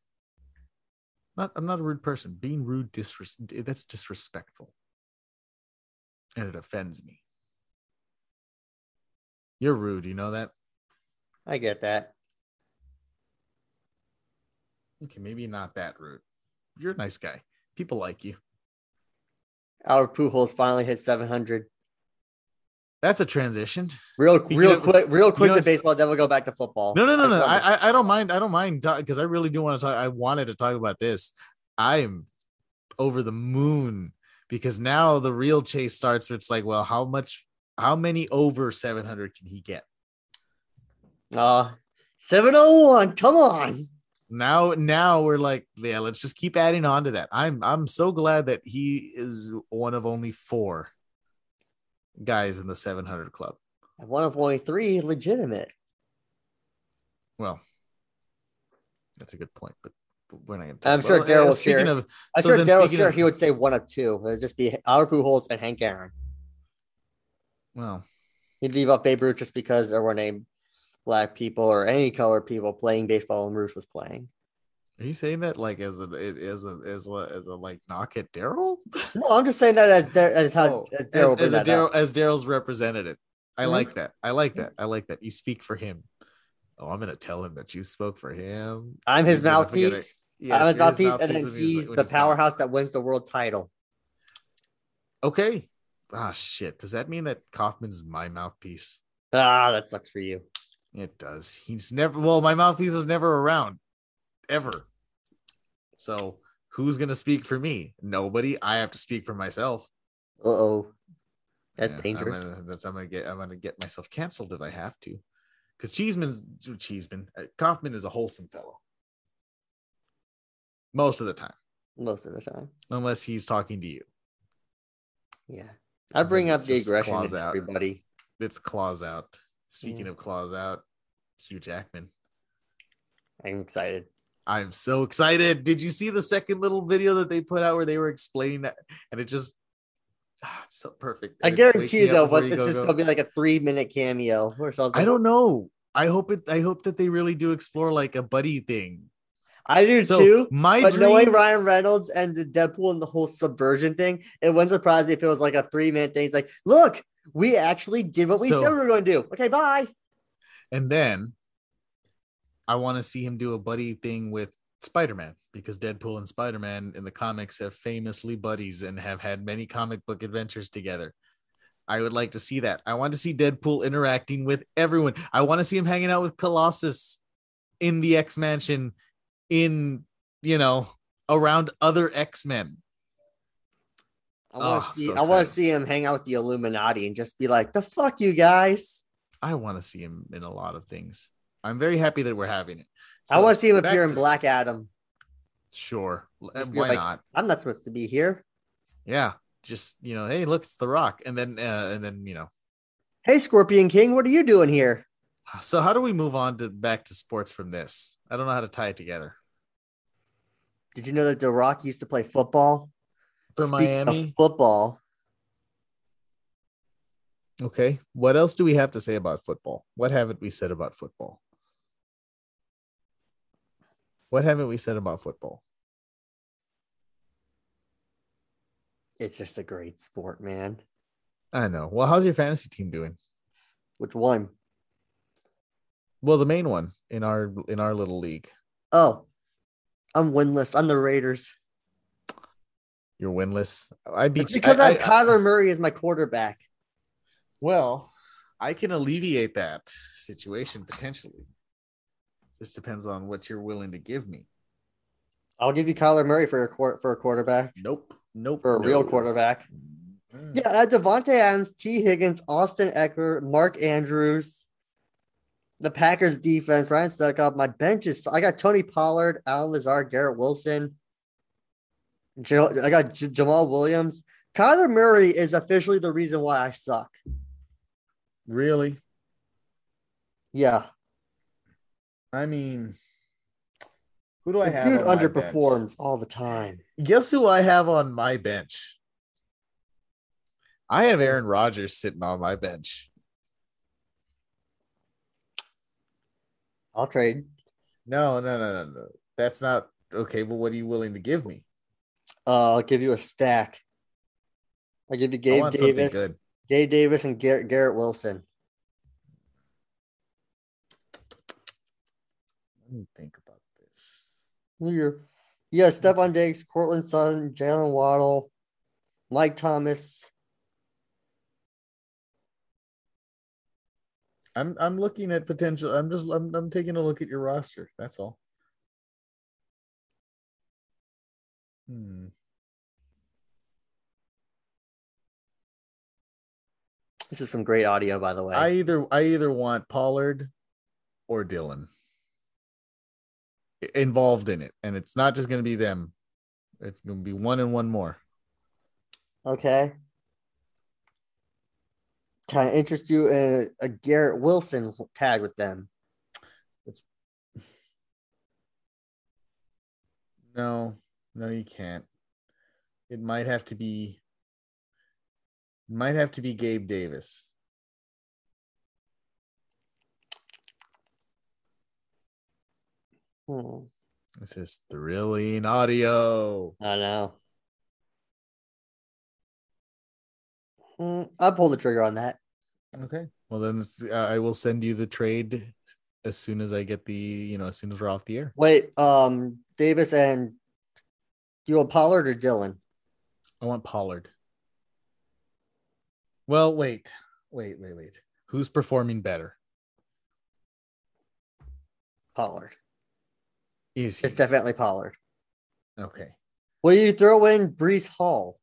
[SPEAKER 1] not i'm not a rude person being rude disres- that's disrespectful and it offends me you're rude you know that
[SPEAKER 2] I get that.
[SPEAKER 1] okay maybe not that rude you're a nice guy people like you
[SPEAKER 2] Albert Pujols finally hit 700.
[SPEAKER 1] that's a transition
[SPEAKER 2] Real,
[SPEAKER 1] Speaking
[SPEAKER 2] real
[SPEAKER 1] of-
[SPEAKER 2] quick, real quick
[SPEAKER 1] know-
[SPEAKER 2] to baseball. Then we'll go back to football.
[SPEAKER 1] No, no, no,
[SPEAKER 2] That's
[SPEAKER 1] no.
[SPEAKER 2] what
[SPEAKER 1] I, I, I don't mind. I don't mind because I really do want to talk. I wanted to talk about this. I'm over the moon because now the real chase starts. Where it's like, well, how much, how many over 700 can he get?
[SPEAKER 2] Uh, 701. Come on.
[SPEAKER 1] Now, now we're like, yeah, let's just keep adding on to that. I'm, I'm so glad that he is one of only four guys in the 700 club.
[SPEAKER 2] One of only three legitimate.
[SPEAKER 1] Well, that's a good point, but we're not going to.
[SPEAKER 2] I'm sure Daryl will
[SPEAKER 1] Speaking
[SPEAKER 2] share.
[SPEAKER 1] of,
[SPEAKER 2] I'm
[SPEAKER 1] so
[SPEAKER 2] sure
[SPEAKER 1] then
[SPEAKER 2] Daryl
[SPEAKER 1] speaking
[SPEAKER 2] sure
[SPEAKER 1] of-
[SPEAKER 2] he would say one of two. It'd just be Albert Pujols and Hank Aaron.
[SPEAKER 1] well,
[SPEAKER 2] He'd leave up Babe Ruth just because there weren't any black people or any color people playing baseball when Ruth was playing.
[SPEAKER 1] Are you saying that like as a it- as a as a as a like knock at Daryl?
[SPEAKER 2] No, I'm just saying that as Dar- as how
[SPEAKER 1] Oh,
[SPEAKER 2] as
[SPEAKER 1] as,
[SPEAKER 2] Daryl
[SPEAKER 1] as a
[SPEAKER 2] that up.
[SPEAKER 1] Daryl as Daryl's representative. I
[SPEAKER 2] Mhm.
[SPEAKER 1] like that. I like
[SPEAKER 2] Yeah.
[SPEAKER 1] that. I like that. You speak for him. Oh, I'm gonna tell him that you spoke for him.
[SPEAKER 2] I'm his
[SPEAKER 1] He's gonna forget it.
[SPEAKER 2] mouthpiece.
[SPEAKER 1] Yes,
[SPEAKER 2] I'm his
[SPEAKER 1] you're
[SPEAKER 2] mouthpiece, and then
[SPEAKER 1] when he's-
[SPEAKER 2] he's
[SPEAKER 1] when
[SPEAKER 2] the
[SPEAKER 1] he's not.
[SPEAKER 2] powerhouse that wins the world title.
[SPEAKER 1] Okay. Ah shit. Does that mean that Kaufman's my mouthpiece?
[SPEAKER 2] Ah, that sucks for you.
[SPEAKER 1] It does. He's never well, my mouthpiece is never around. Ever. So who's gonna speak for me? Nobody. I have to speak for myself.
[SPEAKER 2] Uh oh, that's
[SPEAKER 1] Yeah, I'm
[SPEAKER 2] dangerous.
[SPEAKER 1] gonna- that's I'm gonna get I'm gonna get myself canceled if I have to, because Cheeseman's Cheeseman uh, Kaufman is a wholesome fellow. Most of the time,
[SPEAKER 2] most of the time.
[SPEAKER 1] unless he's talking to you,
[SPEAKER 2] Yeah. I
[SPEAKER 1] And
[SPEAKER 2] bring
[SPEAKER 1] then
[SPEAKER 2] up
[SPEAKER 1] it
[SPEAKER 2] the
[SPEAKER 1] just
[SPEAKER 2] aggression
[SPEAKER 1] claws
[SPEAKER 2] in
[SPEAKER 1] out.
[SPEAKER 2] everybody.
[SPEAKER 1] it's claws out. Speaking
[SPEAKER 2] Mm.
[SPEAKER 1] of claws out, Hugh Jackman.
[SPEAKER 2] I'm excited.
[SPEAKER 1] I'm so excited. Did you see the second little video that they put out where they were explaining that? And it just, ah, it's so perfect.
[SPEAKER 2] I
[SPEAKER 1] And it's
[SPEAKER 2] guarantee
[SPEAKER 1] waking
[SPEAKER 2] you
[SPEAKER 1] up
[SPEAKER 2] though,
[SPEAKER 1] before
[SPEAKER 2] but
[SPEAKER 1] you
[SPEAKER 2] it's
[SPEAKER 1] go,
[SPEAKER 2] just
[SPEAKER 1] go.
[SPEAKER 2] gonna be like a three minute cameo or something.
[SPEAKER 1] I don't know. I hope it. I hope that they really do explore like a buddy thing
[SPEAKER 2] I do
[SPEAKER 1] So
[SPEAKER 2] too.
[SPEAKER 1] my
[SPEAKER 2] But
[SPEAKER 1] dream,
[SPEAKER 2] knowing Ryan Reynolds and the Deadpool and the whole subversion thing, it wouldn't surprise me if it was like a three minute thing. It's like, look, we actually did what we
[SPEAKER 1] So-
[SPEAKER 2] said we were going to do. Okay, bye.
[SPEAKER 1] and then I want to see him do a buddy thing with Spider-Man because Deadpool and Spider-Man in the comics have famously buddies and have had many comic book adventures together. I would like to see that. I want to see Deadpool interacting with everyone. I want to see him hanging out with Colossus in the X Mansion, in you know, around other X Men.
[SPEAKER 2] I want to
[SPEAKER 1] Oh,
[SPEAKER 2] see.
[SPEAKER 1] so
[SPEAKER 2] I want
[SPEAKER 1] excited.
[SPEAKER 2] to see him hang out with the Illuminati and just be like, "The fuck, you guys."
[SPEAKER 1] I want to see him in a lot of things. I'm very happy that we're having it.
[SPEAKER 2] I
[SPEAKER 1] So,
[SPEAKER 2] want to see him
[SPEAKER 1] back
[SPEAKER 2] appear in
[SPEAKER 1] to-
[SPEAKER 2] Black Adam.
[SPEAKER 1] Sure.
[SPEAKER 2] Just be
[SPEAKER 1] Why
[SPEAKER 2] like-
[SPEAKER 1] not?
[SPEAKER 2] I'm not supposed to be here.
[SPEAKER 1] Yeah. Just you know, hey, look, it's The Rock, and then uh, and then you know.
[SPEAKER 2] Hey, Scorpion King, what are you doing here?
[SPEAKER 1] So how do we move on to back to sports from this? I don't know how to tie it together.
[SPEAKER 2] Did you know that The Rock used to play football?
[SPEAKER 1] For
[SPEAKER 2] Speaking of
[SPEAKER 1] Miami,
[SPEAKER 2] football.
[SPEAKER 1] okay. What else do we have to say about football? What haven't we said about football? What haven't we said about football?
[SPEAKER 2] It's just a great sport, man.
[SPEAKER 1] I know. Well, how's your fantasy team doing?
[SPEAKER 2] Which one?
[SPEAKER 1] Well, the main one in our in our little league.
[SPEAKER 2] Oh, I'm winless. I'm the Raiders.
[SPEAKER 1] You're winless. I beat
[SPEAKER 2] It's because I,
[SPEAKER 1] I-
[SPEAKER 2] have
[SPEAKER 1] I-
[SPEAKER 2] Kyler Murray as my quarterback.
[SPEAKER 1] Well, I can alleviate that situation potentially. Just depends on what you're willing to give me.
[SPEAKER 2] I'll give you Kyler Murray for a quar- for a quarterback
[SPEAKER 1] Nope. Nope.
[SPEAKER 2] for a real
[SPEAKER 1] no.
[SPEAKER 2] quarterback.
[SPEAKER 1] Mm.
[SPEAKER 2] Yeah, uh, Devonte Adams, T. Higgins, Austin Eckler, Mark Andrews, the Packers defense, Ryan Stuckup. My bench is I got Tony Pollard, Alan Lazard, Garrett Wilson. Ja- I got J- Jamal Williams. Kyler Murray is officially the reason why I suck.
[SPEAKER 1] Really?
[SPEAKER 2] Yeah,
[SPEAKER 1] I mean, who do
[SPEAKER 2] the
[SPEAKER 1] I have?
[SPEAKER 2] dude
[SPEAKER 1] on my bench?
[SPEAKER 2] underperforms all the time.
[SPEAKER 1] Guess who I have on my bench? I
[SPEAKER 2] Hmm.
[SPEAKER 1] have Aaron Rodgers sitting on my bench.
[SPEAKER 2] I'll trade.
[SPEAKER 1] No, no, no, no, no. That's not okay. But what are you willing to give me?
[SPEAKER 2] Uh, I'll give you a stack. I'll give you
[SPEAKER 1] I
[SPEAKER 2] Gabe
[SPEAKER 1] want something
[SPEAKER 2] Davis,
[SPEAKER 1] good.
[SPEAKER 2] Gabe Davis, and Garrett, Garrett Wilson.
[SPEAKER 1] Let me think about this.
[SPEAKER 2] You're, you got Stephon Diggs, Cortland Sutton, Jalen Waddle, Mike Thomas.
[SPEAKER 1] I'm I'm looking at potential. I'm just I'm I'm taking a look at your roster. That's all. Hmm.
[SPEAKER 2] This is some great audio, by the way.
[SPEAKER 1] I either I either want Pollard or Dylan i- involved in it, and it's not just going to be them. It's going to be one and one more.
[SPEAKER 2] okay. Kind of interest you in a, a Garrett Wilson tag with them.
[SPEAKER 1] No, no, you can't. It might have to be. It might have to be Gabe Davis.
[SPEAKER 2] Hmm,
[SPEAKER 1] This is thrilling audio.
[SPEAKER 2] I know. Hmm, I'll pull the trigger on that.
[SPEAKER 1] Okay. Well, then it's- uh, I will send you the trade as soon as I get the, you know, as soon as we're off the air.
[SPEAKER 2] Wait, um, Davis and you want Pollard or Dylan?
[SPEAKER 1] I want Pollard. Well, wait, wait, wait, wait. Who's performing better?
[SPEAKER 2] Pollard.
[SPEAKER 1] Is he?
[SPEAKER 2] It's definitely Pollard.
[SPEAKER 1] okay.
[SPEAKER 2] Will you throw in Brees Hall?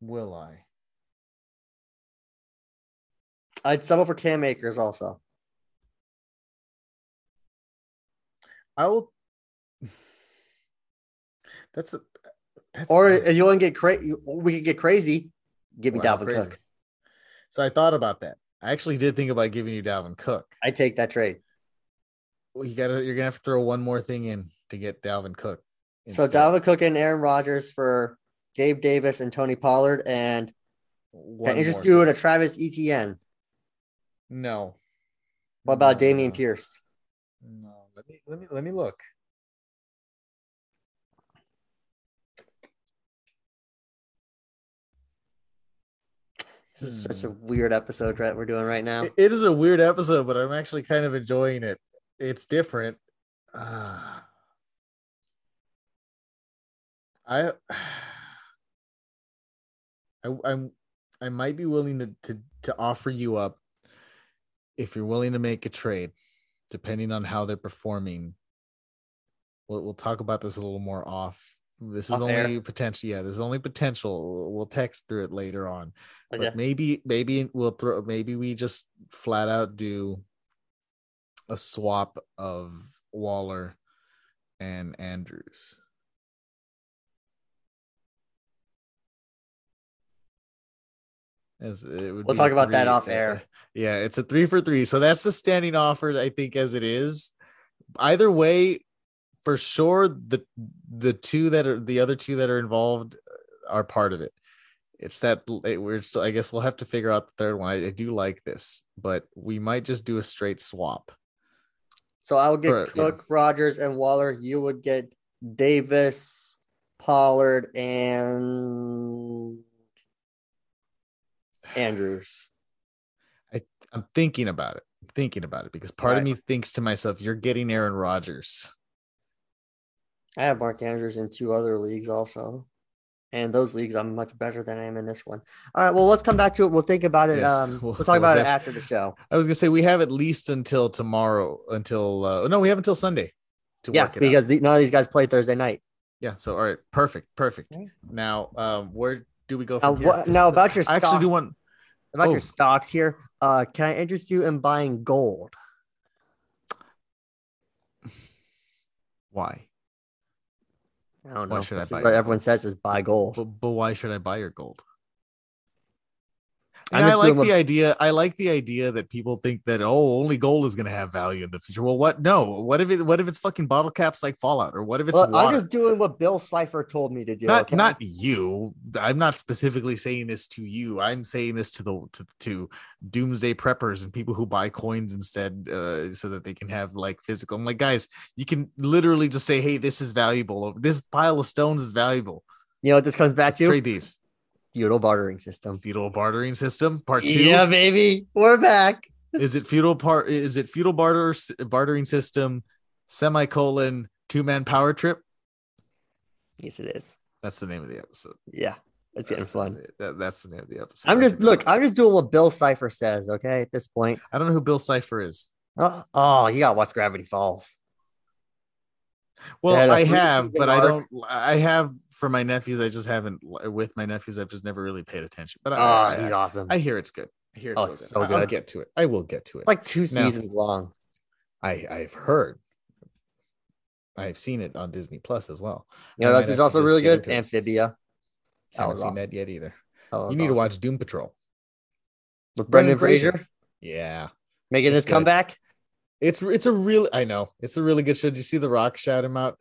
[SPEAKER 1] Will I?
[SPEAKER 2] I'd settle for Cam Akers also.
[SPEAKER 1] I will. That's a. That's
[SPEAKER 2] Or
[SPEAKER 1] not-
[SPEAKER 2] if you want to get crazy, we could get crazy. Give me
[SPEAKER 1] wow,
[SPEAKER 2] Dalvin
[SPEAKER 1] crazy.
[SPEAKER 2] Cook.
[SPEAKER 1] So I thought about that. I actually did think about giving you Dalvin Cook.
[SPEAKER 2] I take that trade.
[SPEAKER 1] Well, you gotta, you're gonna have to throw one more thing in to get Dalvin Cook.
[SPEAKER 2] So
[SPEAKER 1] instead.
[SPEAKER 2] Dalvin Cook and Aaron Rodgers for Gabe Davis and Tony Pollard, and
[SPEAKER 1] One
[SPEAKER 2] can you just
[SPEAKER 1] more
[SPEAKER 2] do
[SPEAKER 1] thing.
[SPEAKER 2] it a Travis Etienne.
[SPEAKER 1] No.
[SPEAKER 2] What about
[SPEAKER 1] No,
[SPEAKER 2] Damian
[SPEAKER 1] no,
[SPEAKER 2] Pierce?
[SPEAKER 1] No, let me let me let me look.
[SPEAKER 2] This is such
[SPEAKER 1] Hmm.
[SPEAKER 2] a weird episode that we're doing right now.
[SPEAKER 1] It- it is a weird episode, but I'm actually kind of enjoying it. It's different. Uh, I I I'm I might be willing to, to to offer you up if you're willing to make a trade, depending on how they're performing. We'll, we'll talk about this a little more off. This is
[SPEAKER 2] Off air.
[SPEAKER 1] only potential. Yeah, this is only potential. We'll- We'll text through it later on.
[SPEAKER 2] Okay.
[SPEAKER 1] But maybe, maybe we'll throw. Maybe we just flat out do a swap of Waller and Andrews. As it would
[SPEAKER 2] We'll
[SPEAKER 1] be
[SPEAKER 2] talk about that
[SPEAKER 1] three-
[SPEAKER 2] off air.
[SPEAKER 1] Yeah, it's a three for three. So that's the standing offer, I think, as it is. Either way, for sure, the the two that are the other two that are involved are part of it. It's that it, we're so I guess we'll have to figure out the third one. I, I do like this, but we might just do a straight swap.
[SPEAKER 2] So I would get
[SPEAKER 1] Correct, yeah.
[SPEAKER 2] Cook, Rogers, and Waller. You would get Davis, Pollard, and Andrews.
[SPEAKER 1] I'm thinking about it. I'm thinking about it because part of
[SPEAKER 2] Right.
[SPEAKER 1] me thinks to myself, you're getting Aaron Rodgers.
[SPEAKER 2] I have Mark Andrews in two other leagues also. And those leagues, I'm much better than I am in this one. All right. Well, let's come back to it. We'll think about it.
[SPEAKER 1] Yes,
[SPEAKER 2] um,
[SPEAKER 1] we'll-
[SPEAKER 2] we'll, talk about
[SPEAKER 1] we'll
[SPEAKER 2] it
[SPEAKER 1] def-
[SPEAKER 2] after the show.
[SPEAKER 1] I was gonna say we have at least until tomorrow, until uh, no, we have until Sunday to
[SPEAKER 2] Yeah,
[SPEAKER 1] work it out.
[SPEAKER 2] because the, none of these guys play Thursday night.
[SPEAKER 1] Yeah. So all right, perfect, perfect.
[SPEAKER 2] Okay.
[SPEAKER 1] Now, um, where do we go
[SPEAKER 2] Now,
[SPEAKER 1] from here?
[SPEAKER 2] what,
[SPEAKER 1] 'Cause
[SPEAKER 2] now about your
[SPEAKER 1] I
[SPEAKER 2] stock-
[SPEAKER 1] actually do want.
[SPEAKER 2] about
[SPEAKER 1] oh.
[SPEAKER 2] your stocks here. Uh, can I interest you in buying gold?
[SPEAKER 1] Why?
[SPEAKER 2] I don't know.
[SPEAKER 1] Why should I
[SPEAKER 2] This is
[SPEAKER 1] buy
[SPEAKER 2] What
[SPEAKER 1] it?
[SPEAKER 2] everyone says is buy gold.
[SPEAKER 1] But, but why should I buy your gold?
[SPEAKER 2] I'm
[SPEAKER 1] And I
[SPEAKER 2] just
[SPEAKER 1] like
[SPEAKER 2] doing
[SPEAKER 1] the
[SPEAKER 2] what-
[SPEAKER 1] idea. I like the idea that people think that oh, only gold is going to have value in the future. Well, what? No. What if it? What if it's fucking bottle caps like Fallout, or what if it's
[SPEAKER 2] Well, I'm
[SPEAKER 1] water?
[SPEAKER 2] just doing what Bill Cipher told me to do.
[SPEAKER 1] not
[SPEAKER 2] okay?
[SPEAKER 1] not you. I'm not specifically saying this to you. I'm saying this to the to, to doomsday preppers and people who buy coins instead, uh, so that they
[SPEAKER 2] Mm-hmm.
[SPEAKER 1] can have like physical. I'm like, guys, you can literally just say, hey, this is valuable. This pile of stones is valuable.
[SPEAKER 2] you know what this comes back
[SPEAKER 1] Let's
[SPEAKER 2] to?
[SPEAKER 1] trade these.
[SPEAKER 2] Feudal bartering system.
[SPEAKER 1] Feudal bartering system part two.
[SPEAKER 2] Yeah, baby, we're back.
[SPEAKER 1] Is it feudal part? Is it feudal barter bartering system? Semicolon two man power trip.
[SPEAKER 2] Yes, it is.
[SPEAKER 1] That's the name of the episode.
[SPEAKER 2] Yeah, it's getting
[SPEAKER 1] That's-
[SPEAKER 2] fun.
[SPEAKER 1] that- that's the name of the episode.
[SPEAKER 2] I'm
[SPEAKER 1] That's
[SPEAKER 2] just
[SPEAKER 1] the name
[SPEAKER 2] look.
[SPEAKER 1] of it.
[SPEAKER 2] I'm just doing what Bill Cipher says. Okay, at this point.
[SPEAKER 1] I don't know who Bill Cipher is.
[SPEAKER 2] Oh, oh you gotta watch Gravity Falls. had
[SPEAKER 1] Well,
[SPEAKER 2] a
[SPEAKER 1] I
[SPEAKER 2] three
[SPEAKER 1] have,
[SPEAKER 2] season
[SPEAKER 1] but I
[SPEAKER 2] arc.
[SPEAKER 1] don't. I have for my nephews. I just haven't with my nephews. I've just never really paid attention. But I,
[SPEAKER 2] Oh,
[SPEAKER 1] I,
[SPEAKER 2] he's
[SPEAKER 1] I,
[SPEAKER 2] awesome.
[SPEAKER 1] I hear it's good. I hear it's,
[SPEAKER 2] Oh,
[SPEAKER 1] real
[SPEAKER 2] it's
[SPEAKER 1] good.
[SPEAKER 2] so
[SPEAKER 1] I- I'll
[SPEAKER 2] good.
[SPEAKER 1] get to it. I will get to it.
[SPEAKER 2] it's like two
[SPEAKER 1] Now-
[SPEAKER 2] seasons long.
[SPEAKER 1] I I've heard. I've seen it on Disney Plus as well.
[SPEAKER 2] You know,
[SPEAKER 1] might
[SPEAKER 2] that's
[SPEAKER 1] have
[SPEAKER 2] is
[SPEAKER 1] to
[SPEAKER 2] also
[SPEAKER 1] just
[SPEAKER 2] really
[SPEAKER 1] get into
[SPEAKER 2] good.
[SPEAKER 1] it.
[SPEAKER 2] Amphibia.
[SPEAKER 1] I
[SPEAKER 2] That
[SPEAKER 1] haven't
[SPEAKER 2] was
[SPEAKER 1] seen
[SPEAKER 2] awesome.
[SPEAKER 1] that yet either.
[SPEAKER 2] That was
[SPEAKER 1] you need
[SPEAKER 2] awesome.
[SPEAKER 1] to watch Doom Patrol.
[SPEAKER 2] with
[SPEAKER 1] Brendan
[SPEAKER 2] Brendan
[SPEAKER 1] Fraser.
[SPEAKER 2] Fraser
[SPEAKER 1] Yeah,
[SPEAKER 2] making
[SPEAKER 1] It's
[SPEAKER 2] his
[SPEAKER 1] good.
[SPEAKER 2] comeback.
[SPEAKER 1] it's it's a really I know it's a really good show. Did you see The Rock shout him out?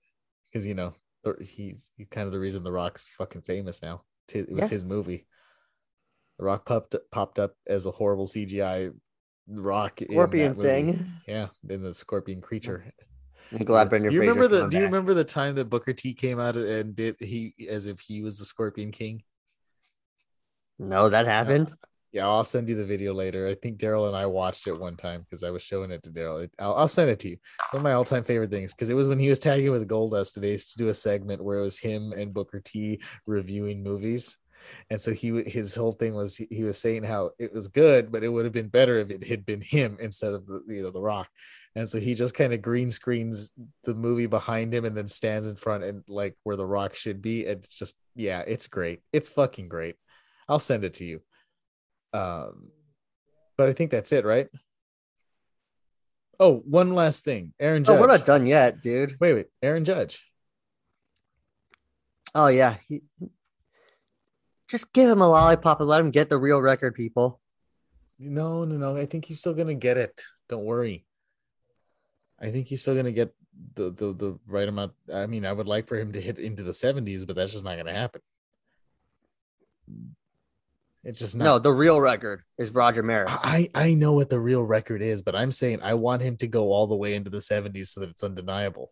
[SPEAKER 1] Because you know The- he's, he's kind of the reason The Rock's fucking famous now. It was
[SPEAKER 2] Yeah.
[SPEAKER 1] his movie. The Rock popped popped up as a horrible CGI rock in that
[SPEAKER 2] Scorpion
[SPEAKER 1] movie.
[SPEAKER 2] thing.
[SPEAKER 1] Yeah, in the scorpion creature.
[SPEAKER 2] I'm glad Brendan.
[SPEAKER 1] do you remember
[SPEAKER 2] Fraser's
[SPEAKER 1] the
[SPEAKER 2] coming
[SPEAKER 1] Do you
[SPEAKER 2] back.
[SPEAKER 1] remember the time that Booker T came out and did he as if he was the Scorpion King?
[SPEAKER 2] No, that happened.
[SPEAKER 1] Yeah, I'll send you the video later. I think Daryl and I watched it one time because I was showing it to Daryl. It- I'll, I'll send it to you. One of my all-time favorite things because it was when he was tagging with Goldust. They used to do a segment where it was him and Booker T reviewing movies, and so he w- his whole thing was he, he was saying how it was good, but it would have been better if it had been him instead of the you know the Rock. And so he just kind of green screens the movie behind him and then stands in front and like where the Rock should be. And it's just yeah, it's great. It's fucking great. I'll send it to you. Um, but I think that's it, right? Oh, one last thing, Aaron Judge.
[SPEAKER 2] Oh, we're not done yet, dude.
[SPEAKER 1] Wait, wait, Aaron Judge.
[SPEAKER 2] Oh yeah, he... just give him a lollipop and let him get the real record, people.
[SPEAKER 1] No, no, no. I think he's still gonna get it. Don't worry. I think he's still gonna get the the the right amount. I mean, I would like for him to hit into the seventies, but that's just not gonna happen. It's just
[SPEAKER 2] No,
[SPEAKER 1] not.
[SPEAKER 2] the real record is Roger Maris.
[SPEAKER 1] I I know what the real record is, but I'm saying I want him to go all the way into the seventies so that it's undeniable.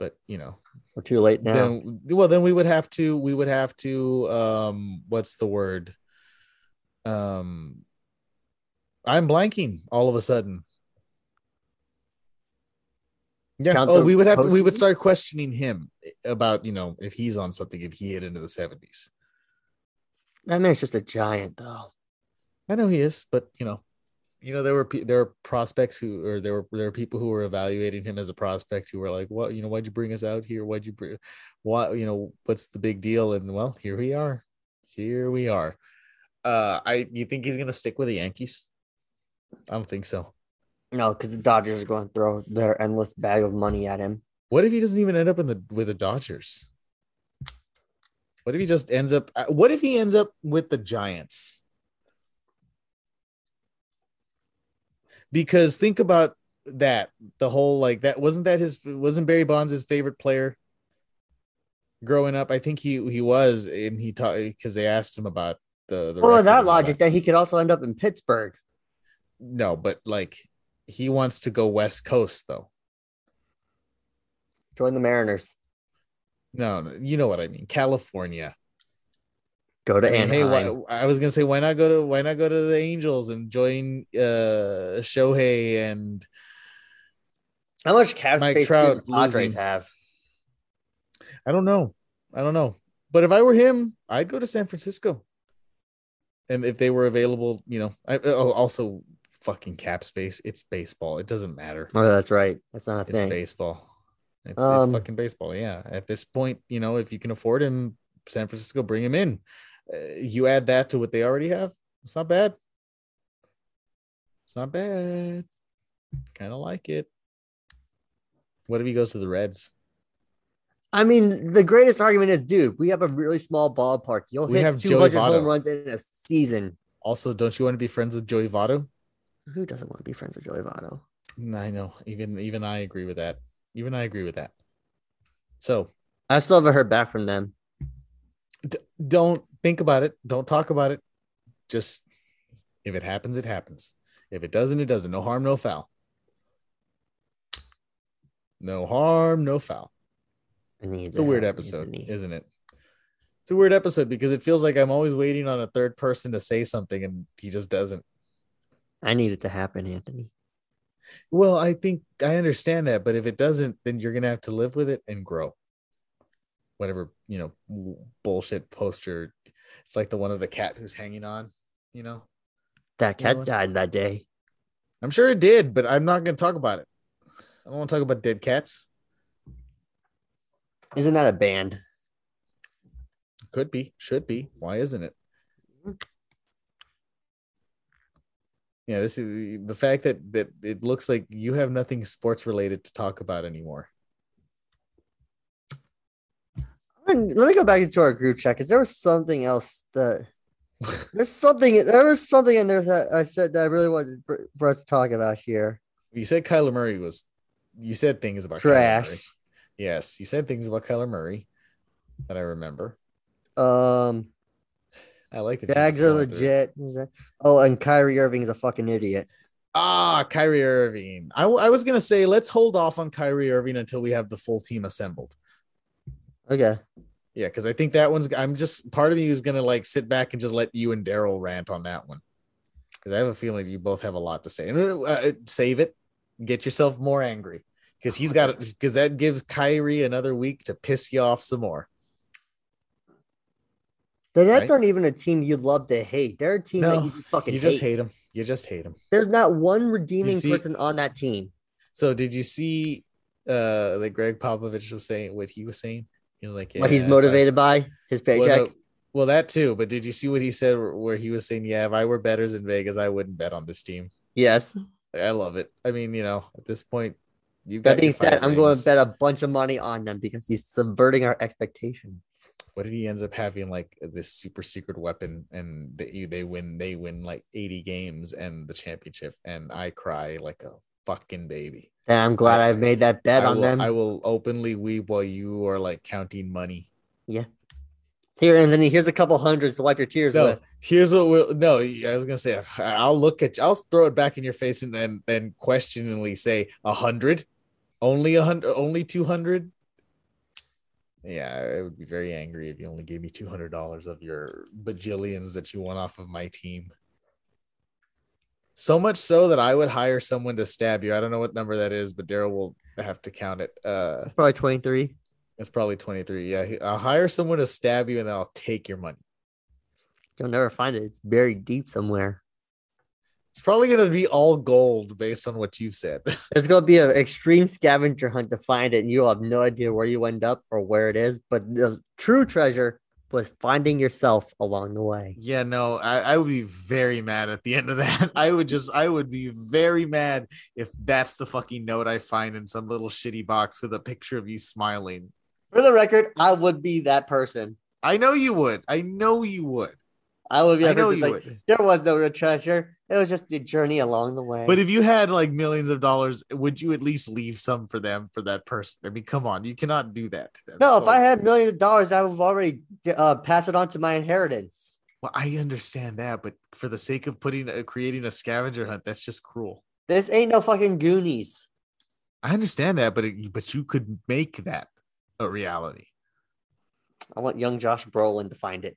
[SPEAKER 1] But you know,
[SPEAKER 2] We're too late now.
[SPEAKER 1] then well then we would have to we would have to um what's the word um i'm blanking all of a sudden yeah
[SPEAKER 2] Count
[SPEAKER 1] oh
[SPEAKER 2] the
[SPEAKER 1] we would have to, we would
[SPEAKER 2] postings?
[SPEAKER 1] start questioning him about you know if he's on something if he hit into the 70s
[SPEAKER 2] That man's just a giant, though.
[SPEAKER 1] i know he is but you know you know there were pe- there were prospects who or there were there were people who were evaluating him as a prospect who were like well you know why'd you bring us out here why'd you bring why you know what's the big deal and well here we are here we are uh i you think he's gonna stick with the yankees i don't think so
[SPEAKER 2] No, because the Dodgers are going to throw their endless bag of money at him.
[SPEAKER 1] what if he doesn't even end up in the with the dodgers what if he just ends up uh, what if he ends up with the giants because think about that the whole like that wasn't that his wasn't Barry Bonds his favorite player growing up I think he he was and he taught because they asked him about the the record
[SPEAKER 2] Well, with that
[SPEAKER 1] and all
[SPEAKER 2] logic, then he could also end up in Pittsburgh.
[SPEAKER 1] no but like he wants to go west coast though
[SPEAKER 2] Join the Mariners.
[SPEAKER 1] no no, you know what I mean California
[SPEAKER 2] Go to
[SPEAKER 1] I mean, hey
[SPEAKER 2] Anaheim.
[SPEAKER 1] why, I was gonna say why not go to why not go to the Angels and join uh Shohei and
[SPEAKER 2] How much cap
[SPEAKER 1] Mike
[SPEAKER 2] space
[SPEAKER 1] Trout
[SPEAKER 2] do the Padres
[SPEAKER 1] losing.
[SPEAKER 2] have?
[SPEAKER 1] I don't know. I don't know. But if I were him, I'd go to San Francisco. And if they were available, you know, I oh, also fucking cap space. It's baseball. It doesn't matter.
[SPEAKER 2] Oh, that's right. That's not a
[SPEAKER 1] It's
[SPEAKER 2] thing.
[SPEAKER 1] baseball. It's,
[SPEAKER 2] Um,
[SPEAKER 1] it's fucking baseball. Yeah. At this point, you know, if you can afford him, San Francisco, bring him in. Uh, you add that to what they already have. It's not bad. It's not bad. Kind of like it. What if he goes to the Reds?
[SPEAKER 2] I mean, the greatest argument is, dude, we have a really small ballpark. You'll
[SPEAKER 1] We
[SPEAKER 2] hit
[SPEAKER 1] have Joey
[SPEAKER 2] 200
[SPEAKER 1] Votto.
[SPEAKER 2] home runs in a season.
[SPEAKER 1] Also, don't you want to be friends with Joey Votto?
[SPEAKER 2] Who doesn't want to be friends with Joey Votto?
[SPEAKER 1] Mm, I know. Even even I agree with that. Even I agree with that. So
[SPEAKER 2] I still haven't heard back from them.
[SPEAKER 1] d- don't think about it. Don't talk about it. Just if it happens, it happens. If it doesn't, it doesn't. No harm, no foul. No harm, no foul.
[SPEAKER 2] I need
[SPEAKER 1] It's a weird
[SPEAKER 2] that,
[SPEAKER 1] episode,
[SPEAKER 2] Anthony.
[SPEAKER 1] isn't it? It's a weird episode because it feels like I'm always waiting on a third person to say something and he just doesn't.
[SPEAKER 2] I need it to happen, Anthony.
[SPEAKER 1] Well, I think I understand that, but if it doesn't, then you're gonna have to live with it and grow. Whatever you know, w- bullshit poster. It's like the one of the cat who's hanging on. You know,
[SPEAKER 2] That
[SPEAKER 1] You know
[SPEAKER 2] cat
[SPEAKER 1] what?
[SPEAKER 2] died that day.
[SPEAKER 1] I'm sure it did, but I'm not gonna talk about it. I don't want to talk about dead cats.
[SPEAKER 2] Isn't that a band?
[SPEAKER 1] Could be, should be. Why isn't it? Yeah, this is the fact that that it looks like you have nothing sports related to talk about anymore.
[SPEAKER 2] Let me go back into our group chat because there was something else that there's something there was something in there that I said that I really wanted for- for us to talk about here.
[SPEAKER 1] You said Kyler Murray was. You said things about Kyler
[SPEAKER 2] Trash.
[SPEAKER 1] Murray. Yes, you said things about Kyler Murray that I remember.
[SPEAKER 2] Um,
[SPEAKER 1] I like the
[SPEAKER 2] Jags are legit. What was that? Oh, and Kyrie Irving is a fucking idiot.
[SPEAKER 1] Ah, Kyrie Irving. I, w- I was gonna say let's hold off on Kyrie Irving until we have the full team assembled.
[SPEAKER 2] Okay,
[SPEAKER 1] Yeah, because I think that one's. I'm just part of me is gonna like sit back and just let you and Daryl rant on that one because I have a feeling you both have a lot to say. And uh, uh, save it. Get yourself more angry because he's got because that gives Kyrie another week to piss you off some more.
[SPEAKER 2] the Nets
[SPEAKER 1] Right.
[SPEAKER 2] aren't even a team you'd love to hate. They're a team
[SPEAKER 1] No,
[SPEAKER 2] that you just fucking
[SPEAKER 1] You
[SPEAKER 2] hate.
[SPEAKER 1] just hate him. You just hate him.
[SPEAKER 2] There's not one redeeming
[SPEAKER 1] see-
[SPEAKER 2] person on that team.
[SPEAKER 1] So did you see uh that Greg Popovich was saying what he was saying? He was like,
[SPEAKER 2] what he's
[SPEAKER 1] "Yeah, if I-
[SPEAKER 2] motivated by his
[SPEAKER 1] Well,
[SPEAKER 2] paycheck.
[SPEAKER 1] no- well, that too. But did you see what he said where- where he was saying, yeah, if I were betters in Vegas, I wouldn't bet on this team.
[SPEAKER 2] Yes.
[SPEAKER 1] I love it. I mean, you know, at this point, you've got
[SPEAKER 2] That being
[SPEAKER 1] your five
[SPEAKER 2] said, I'm going
[SPEAKER 1] rings.
[SPEAKER 2] to bet a bunch of money on them because he's subverting our expectations.
[SPEAKER 1] What if he ends up having like this super secret weapon, and they they win they win like 80 games and the championship, and I cry like a fucking baby.
[SPEAKER 2] And I'm glad
[SPEAKER 1] I-
[SPEAKER 2] I, have made that bet
[SPEAKER 1] I
[SPEAKER 2] on
[SPEAKER 1] will,
[SPEAKER 2] them.
[SPEAKER 1] I will openly weep while you are like counting money.
[SPEAKER 2] Here, Anthony, here's a couple hundreds to wipe your tears
[SPEAKER 1] No,
[SPEAKER 2] with.
[SPEAKER 1] here's what we'll. No, I was gonna say I'll look at. I'll throw it back in your face and and, and questioningly say a hundred, only a hundred, only two hundred. Yeah, I would be very angry if you only gave me two hundred dollars of your bajillions that you want off of my team. So much so that I would hire someone to stab you. I don't know what number that is, but Daryl will have to count it. Uh,
[SPEAKER 2] Probably 23.
[SPEAKER 1] it's probably twenty three. Yeah, he- I'll hire someone to stab you, and then I'll take your money.
[SPEAKER 2] You'll never find it. It's buried deep somewhere.
[SPEAKER 1] It's probably going to be all gold based on what you've said.
[SPEAKER 2] It's going to be an extreme scavenger hunt to find it, and you'll have no idea where you end up or where it is. But the true treasure was finding yourself along the way.
[SPEAKER 1] Yeah, no, I, I would be very mad at the end of that. I would just, I would be very mad if that's the fucking note I find in some little shitty box with a picture of you smiling.
[SPEAKER 2] For the record, I would be that person.
[SPEAKER 1] I know you would. I know you would.
[SPEAKER 2] I would be.
[SPEAKER 1] I know
[SPEAKER 2] it's
[SPEAKER 1] you
[SPEAKER 2] like,
[SPEAKER 1] would.
[SPEAKER 2] There was no real treasure. It was just the journey along the way.
[SPEAKER 1] But if you had like millions of dollars, would you at least leave some for them for that person? I mean, come on, you cannot do that to them.
[SPEAKER 2] no, if
[SPEAKER 1] So-
[SPEAKER 2] I had millions of dollars, I would have already uh, pass it on to my inheritance.
[SPEAKER 1] well, I understand that, but for the sake of putting uh, creating a scavenger hunt, that's just cruel.
[SPEAKER 2] This ain't no fucking Goonies.
[SPEAKER 1] I understand that, but it, but you could make that a reality.
[SPEAKER 2] I want young Josh Brolin to find it.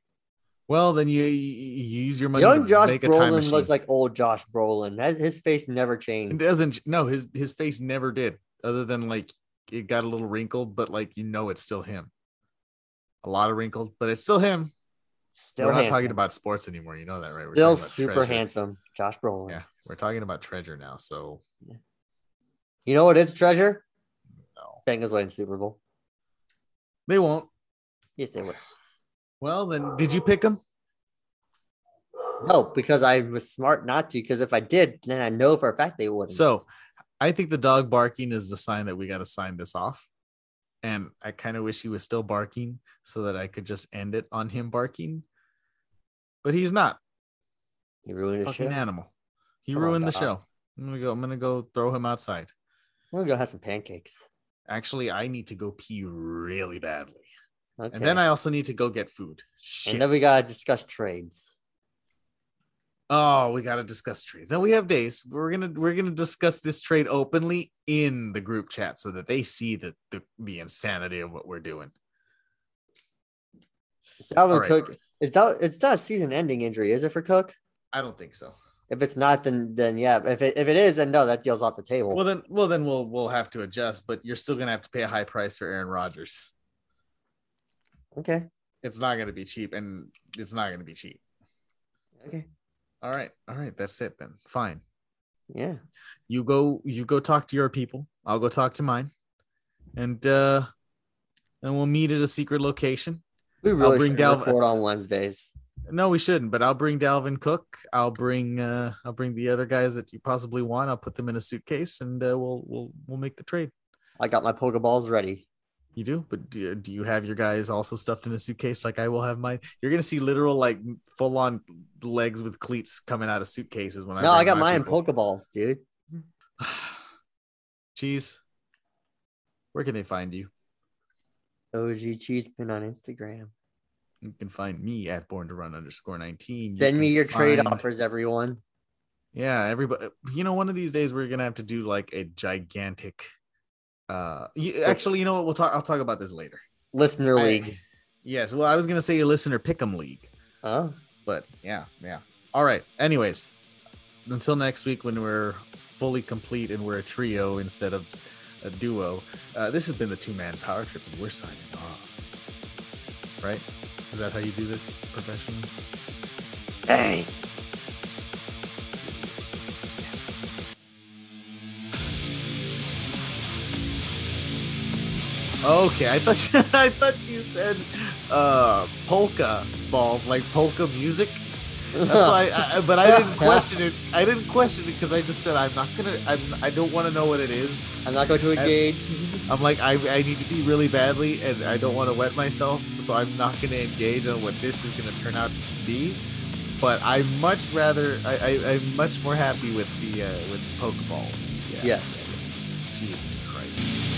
[SPEAKER 1] Well, then you, you use your money.
[SPEAKER 2] young
[SPEAKER 1] to
[SPEAKER 2] Josh
[SPEAKER 1] make a time
[SPEAKER 2] Brolin
[SPEAKER 1] machine.
[SPEAKER 2] looks like old Josh Brolin. That- His face never
[SPEAKER 1] It
[SPEAKER 2] changed.
[SPEAKER 1] doesn't. No, his his face never did, other than like it got a little wrinkled, but like you know, it's still him. A lot of wrinkled, but it's still him.
[SPEAKER 2] Still
[SPEAKER 1] we're not
[SPEAKER 2] handsome.
[SPEAKER 1] talking about sports anymore. You know that, right? We're
[SPEAKER 2] Still
[SPEAKER 1] talking about
[SPEAKER 2] super
[SPEAKER 1] treasure.
[SPEAKER 2] handsome, Josh Brolin.
[SPEAKER 1] Yeah, we're talking about treasure now. So
[SPEAKER 2] You know what is treasure?
[SPEAKER 1] no,
[SPEAKER 2] Bengals win Super Bowl.
[SPEAKER 1] they won't.
[SPEAKER 2] Yes, they were.
[SPEAKER 1] Well, then, did you pick them?
[SPEAKER 2] No, because I was smart not to. Because if I did, then I know for a fact they wouldn't.
[SPEAKER 1] So, I think the dog barking is the sign that we got to sign this off. And I kind of wish he was still barking so that I could just end it on him barking. But he's not.
[SPEAKER 2] you ruined the show.
[SPEAKER 1] Fucking animal. He
[SPEAKER 2] Come on,
[SPEAKER 1] ruined the
[SPEAKER 2] dog.
[SPEAKER 1] show. I'm gonna go. I'm gonna go throw him outside.
[SPEAKER 2] We're gonna go have some pancakes.
[SPEAKER 1] Actually, I need to go pee really badly,
[SPEAKER 2] Okay.
[SPEAKER 1] and then I also need to go get food. Shit.
[SPEAKER 2] and then we gotta discuss trades.
[SPEAKER 1] Oh, we gotta discuss trades. Now we have days. We're gonna we're gonna discuss this trade openly in the group chat so that they see the the, the insanity of what we're doing.
[SPEAKER 2] Dalvin
[SPEAKER 1] All right.
[SPEAKER 2] Cook is that it's not a season ending injury, is it for Cook?
[SPEAKER 1] I don't think so.
[SPEAKER 2] If it's not, then then yeah. If it if it is, then no, that deal's off the table.
[SPEAKER 1] Well then, well then we'll we'll have to adjust. But you're still gonna have to pay a high price for Aaron Rodgers.
[SPEAKER 2] okay.
[SPEAKER 1] It's not gonna be cheap, and it's not gonna be cheap.
[SPEAKER 2] Okay.
[SPEAKER 1] All right, all right. That's it then. Fine.
[SPEAKER 2] Yeah.
[SPEAKER 1] you go you go talk to your people i'll go talk to mine and uh and we'll meet at a secret location
[SPEAKER 2] We really
[SPEAKER 1] bring
[SPEAKER 2] should
[SPEAKER 1] Dalvin-
[SPEAKER 2] record on Wednesdays.
[SPEAKER 1] no we shouldn't but i'll bring dalvin cook i'll bring uh i'll bring the other guys that you possibly want i'll put them in a suitcase and uh, we'll we'll we'll make the trade
[SPEAKER 2] I got my Pokeballs ready.
[SPEAKER 1] you do but do, do you have your guys also stuffed in a suitcase like i will have mine you're gonna see literal like full-on legs with cleats coming out of suitcases when i
[SPEAKER 2] no, I
[SPEAKER 1] bring
[SPEAKER 2] got
[SPEAKER 1] my
[SPEAKER 2] mine in
[SPEAKER 1] people.
[SPEAKER 2] Pokeballs, dude.
[SPEAKER 1] cheese where can they find you
[SPEAKER 2] OG Cheeseman on Instagram.
[SPEAKER 1] You can find me at born to run underscore 19. You
[SPEAKER 2] Send me
[SPEAKER 1] can
[SPEAKER 2] your trade
[SPEAKER 1] find-
[SPEAKER 2] offers, everyone.
[SPEAKER 1] Yeah, everybody. You know, one of these days we're gonna have to do like a gigantic. Uh, you, actually, you know what? We'll talk. I'll talk about this later.
[SPEAKER 2] Listener
[SPEAKER 1] I-
[SPEAKER 2] League.
[SPEAKER 1] Yes. Well, I was gonna say a listener pick'em league,
[SPEAKER 2] Oh,
[SPEAKER 1] but yeah, yeah. All right. Anyways, until next week when we're fully complete and we're a trio instead of a duo. Uh, this has been the two man power trip, and we're signing off. Right? Is that how you do this professionally?
[SPEAKER 2] hey.
[SPEAKER 1] Okay, I thought you, I thought you said uh, polka balls like polka music. That's why, I, I- but I didn't question it. I didn't question it because I just said I'm not gonna. I'm, I don't want to know what it is.
[SPEAKER 2] I'm not going to
[SPEAKER 1] I-
[SPEAKER 2] engage.
[SPEAKER 1] I'm like I, I need to be really badly, and I don't want to wet myself, so I'm not gonna engage on what this is gonna turn out to be. But I much rather I, I I'm much more happy with the uh, with pokeballs.
[SPEAKER 2] yes.
[SPEAKER 1] Jesus Christ.